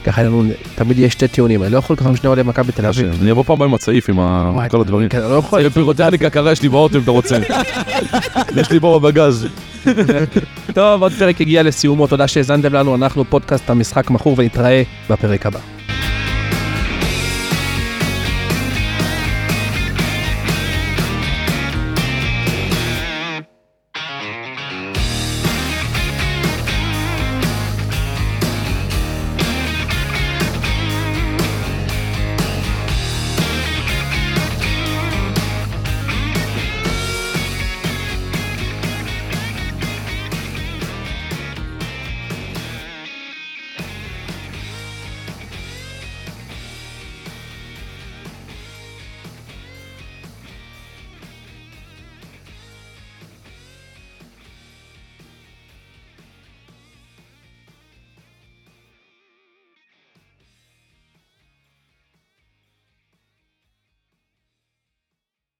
Speaker 1: ככה אין לנו, תמיד יש שתי טיעונים, אני לא יכול ככה משנה אוהדי מכבי תל אביב.
Speaker 4: אני אבוא פעם הבאה עם הצעיף, עם ה-
Speaker 1: וואי,
Speaker 4: כל הדברים.
Speaker 1: כן, אני לא יכול.
Speaker 4: פירוטניקה קרה, יש לי באוטו אם אתה רוצה. יש לי בור בגז.
Speaker 1: טוב, עוד פרק הגיע לסיומו, תודה שהאזנתם לנו, אנחנו פודקאסט המשחק מכור ונתראה בפרק הבא.